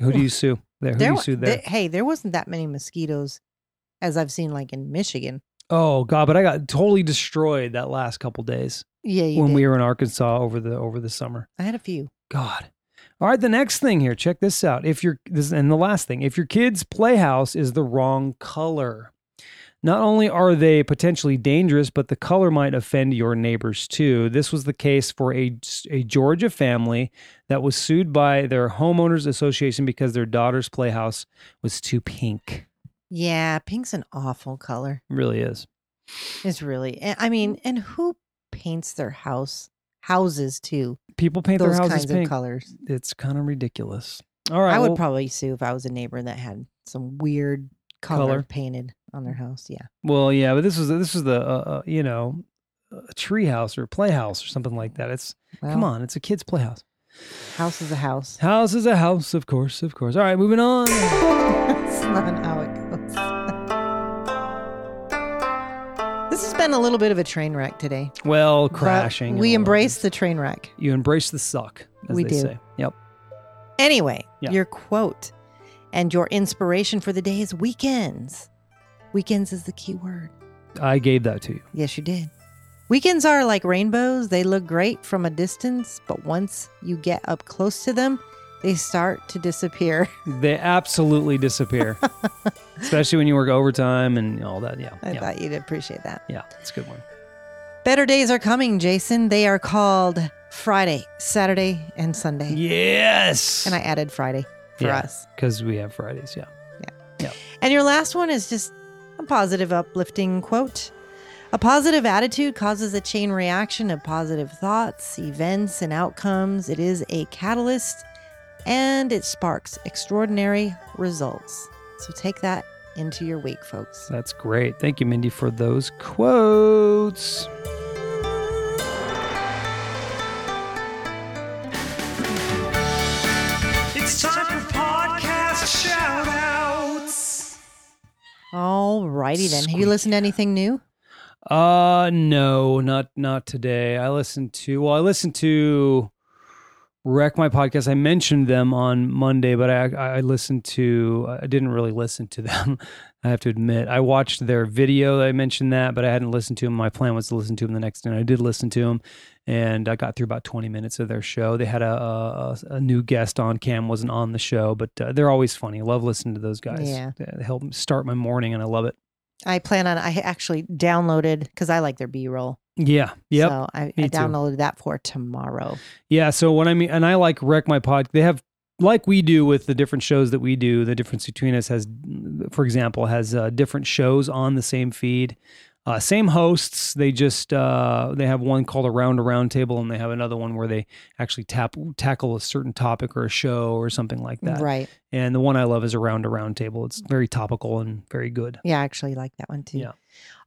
[SPEAKER 1] Who do you sue? There, who do you
[SPEAKER 2] wa-
[SPEAKER 1] sue
[SPEAKER 2] there-
[SPEAKER 1] there?
[SPEAKER 2] hey, there wasn't that many mosquitoes as I've seen like in Michigan.
[SPEAKER 1] Oh God, but I got totally destroyed that last couple days
[SPEAKER 2] Yeah, you
[SPEAKER 1] when
[SPEAKER 2] did.
[SPEAKER 1] we were in Arkansas over the over the summer.
[SPEAKER 2] I had a few.
[SPEAKER 1] God. All right, the next thing here, check this out. If your this and the last thing, if your kid's playhouse is the wrong color, not only are they potentially dangerous, but the color might offend your neighbors too. This was the case for a, a Georgia family that was sued by their homeowners association because their daughter's playhouse was too pink.
[SPEAKER 2] Yeah, pink's an awful color.
[SPEAKER 1] It really is.
[SPEAKER 2] It's really. and- I mean, and who paints their house houses too?
[SPEAKER 1] People paint
[SPEAKER 2] Those
[SPEAKER 1] their houses
[SPEAKER 2] kinds
[SPEAKER 1] pink.
[SPEAKER 2] of colors.
[SPEAKER 1] It's kind of ridiculous. All right,
[SPEAKER 2] I would
[SPEAKER 1] well,
[SPEAKER 2] probably sue if I was a neighbor that had some weird color,
[SPEAKER 1] Color.
[SPEAKER 2] painted on their house. Yeah.
[SPEAKER 1] Well, yeah, but this was this was the uh, uh, you know a treehouse or playhouse or something like that. It's come
[SPEAKER 2] Well,
[SPEAKER 1] on, it's a kid's playhouse.
[SPEAKER 2] House is a house.
[SPEAKER 1] House is a house, of course, of course. All right, moving on.
[SPEAKER 2] That's not how it goes. this has been a little bit of a train wreck today.
[SPEAKER 1] Well,
[SPEAKER 2] but
[SPEAKER 1] crashing.
[SPEAKER 2] We
[SPEAKER 1] and all of
[SPEAKER 2] embrace
[SPEAKER 1] this.
[SPEAKER 2] the train wreck.
[SPEAKER 1] You embrace the suck, as
[SPEAKER 2] We
[SPEAKER 1] they
[SPEAKER 2] do.
[SPEAKER 1] say. Yep.
[SPEAKER 2] Anyway,
[SPEAKER 1] Yeah.
[SPEAKER 2] your quote and your inspiration for the day is weekends. Weekends is the key word.
[SPEAKER 1] I gave that to you.
[SPEAKER 2] Yes, you did. Weekends are like rainbows. They look great from a distance, but once you get up close to them, they start to disappear.
[SPEAKER 1] They absolutely disappear, especially when you work overtime and all that. Yeah.
[SPEAKER 2] I
[SPEAKER 1] yeah.
[SPEAKER 2] thought you'd appreciate that.
[SPEAKER 1] Yeah, it's a good one.
[SPEAKER 2] Better days are coming, Jason. They are called Friday, Saturday, and Sunday.
[SPEAKER 1] Yes.
[SPEAKER 2] And I added Friday for
[SPEAKER 1] Yeah.
[SPEAKER 2] us.
[SPEAKER 1] Because we have Fridays. Yeah.
[SPEAKER 2] And your last one is just a positive, uplifting quote. A positive attitude causes a chain reaction of positive thoughts, events, and outcomes. It is a catalyst and it sparks extraordinary results. So take that into your week, folks.
[SPEAKER 1] That's great. Thank you, Mindy, for those quotes.
[SPEAKER 4] It's time for podcast shout outs.
[SPEAKER 2] All righty then. Have you listened to anything new?
[SPEAKER 1] Uh no, not not today. I listened to well, I listened to Wreck My Podcast. I mentioned them on Monday, but I I listened to I didn't really listen to them. I have to admit. I watched their video. I mentioned that, but I hadn't listened to them. My plan was to listen to them the next day. and I did listen to them, and I got through about 20 minutes of their show. They had a a, a new guest on. Cam wasn't on the show, but uh, they're always funny. Love listening to those guys.
[SPEAKER 2] Yeah.
[SPEAKER 1] They help start my morning and I love it.
[SPEAKER 2] I plan on, I actually downloaded because I like their B roll.
[SPEAKER 1] Yeah. Yep.
[SPEAKER 2] So I,
[SPEAKER 1] me
[SPEAKER 2] I
[SPEAKER 1] too.
[SPEAKER 2] downloaded that for tomorrow.
[SPEAKER 1] Yeah. So what I mean, and I like wreck my pod. They have like we do with the different shows that we do. The difference between us has, for example, has uh, different shows on the same feed, uh, same hosts. They just uh, they have one called Around a Round Table, and they have another one where they actually tap tackle a certain topic or a show or something like that.
[SPEAKER 2] Right.
[SPEAKER 1] And the one I love is Around a Round Table. It's very topical and very good.
[SPEAKER 2] Yeah, I actually like that one too.
[SPEAKER 1] Yeah.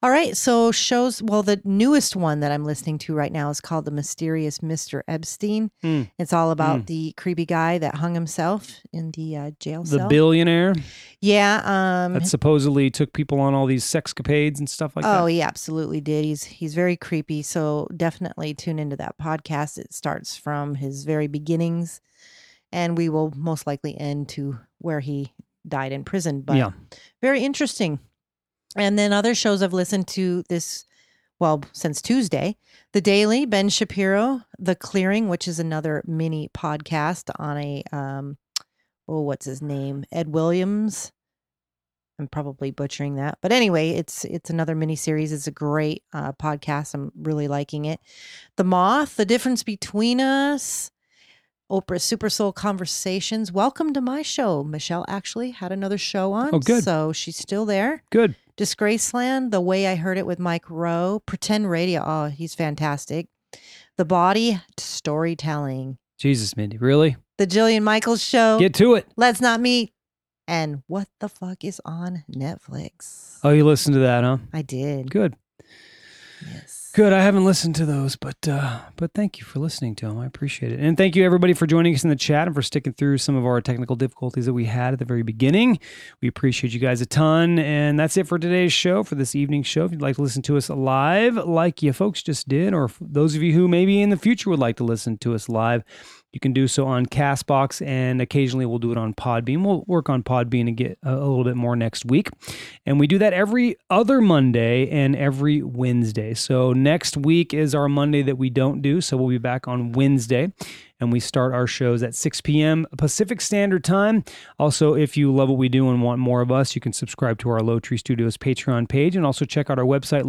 [SPEAKER 2] All right. So shows. Well, the newest one that I'm listening to right now is called "The Mysterious Mr. Epstein."
[SPEAKER 1] Mm.
[SPEAKER 2] It's all about
[SPEAKER 1] Mm.
[SPEAKER 2] the creepy guy that hung himself in the uh, jail
[SPEAKER 1] The
[SPEAKER 2] cell.
[SPEAKER 1] billionaire
[SPEAKER 2] yeah. Um.
[SPEAKER 1] that supposedly took people on all these sexcapades and stuff like
[SPEAKER 2] oh,
[SPEAKER 1] that.
[SPEAKER 2] he absolutely did. He's he's very creepy. So definitely tune into that podcast. It starts from his very beginnings, and we will most likely end to where he died in prison. But
[SPEAKER 1] yeah.
[SPEAKER 2] very interesting. And then other shows I've listened to this, well, since Tuesday, The Daily, Ben Shapiro, The Clearing, which is another mini podcast on a, um, oh, what's his name, Ed Williams. I'm probably butchering that, but anyway, it's it's another mini series. It's a great uh, podcast. I'm really liking it. The Moth, The Difference Between Us, Oprah Super Soul Conversations. Welcome to my show. Michelle actually had another show on.
[SPEAKER 1] Oh, good.
[SPEAKER 2] So she's still there.
[SPEAKER 1] Good.
[SPEAKER 2] Disgraceland, The Way I Heard It with Mike Rowe, Pretend Radio. Oh, he's fantastic. The Body Storytelling,
[SPEAKER 1] Jesus, Mindy, really?
[SPEAKER 2] The Jillian Michaels Show,
[SPEAKER 1] Get to it.
[SPEAKER 2] Let's Not Meet, and What the Fuck is on Netflix?
[SPEAKER 1] Oh, you listened to that, huh?
[SPEAKER 2] I did.
[SPEAKER 1] Good,
[SPEAKER 2] Yes.
[SPEAKER 1] good. I haven't listened to those, but uh, but thank you for listening to them. I appreciate it, and thank you everybody for joining us in the chat and for sticking through some of our technical difficulties that we had at the very beginning. We appreciate you guys a ton, and that's it for today's show. For this evening's show, if you'd like to listen to us live, like you folks just did, or f- those of you who maybe in the future would like to listen to us live. You can do so on Castbox, and occasionally we'll do it on Podbean. We'll work on Podbean and get a little bit more next week. And we do that every other Monday and every Wednesday. So next week is our Monday that we don't do. So we'll be back on Wednesday. And we start our shows at 6 p.m. Pacific Standard Time. Also, if you love what we do and want more of us, you can subscribe to our Low Tree Studios Patreon page and also check out our website,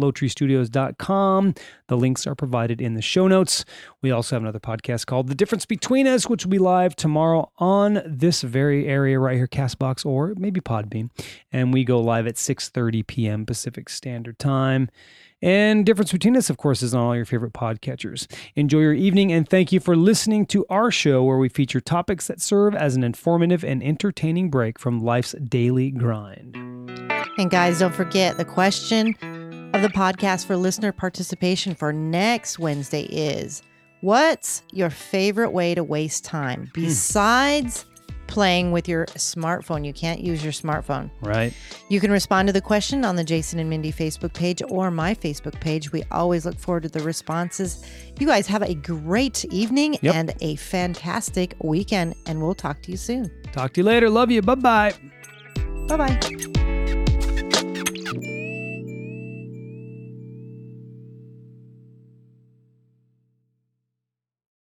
[SPEAKER 1] lowtreestudios.com. The links are provided in the show notes. We also have another podcast called The Difference Between Us, which will be live tomorrow on this very area right here, Castbox or maybe Podbean. And we go live at 6.30 p.m. Pacific Standard Time. And Difference Between Us, of course, is on all your favorite podcatchers. Enjoy your evening and thank you for listening to our show where we feature topics that serve as an informative and entertaining break from life's daily grind.
[SPEAKER 2] And guys, don't forget the question of the podcast for listener participation for next Wednesday is what's your favorite way to waste time besides playing with your smartphone? You can't use your smartphone.
[SPEAKER 1] Right.
[SPEAKER 2] You can respond to the question on the Jason and Mindy Facebook page or my Facebook page. We always look forward to the responses. You guys have a great evening
[SPEAKER 1] Yep.
[SPEAKER 2] and a fantastic weekend, and we'll talk to you soon.
[SPEAKER 1] Talk to you later. Love you. Bye bye.
[SPEAKER 2] Bye bye.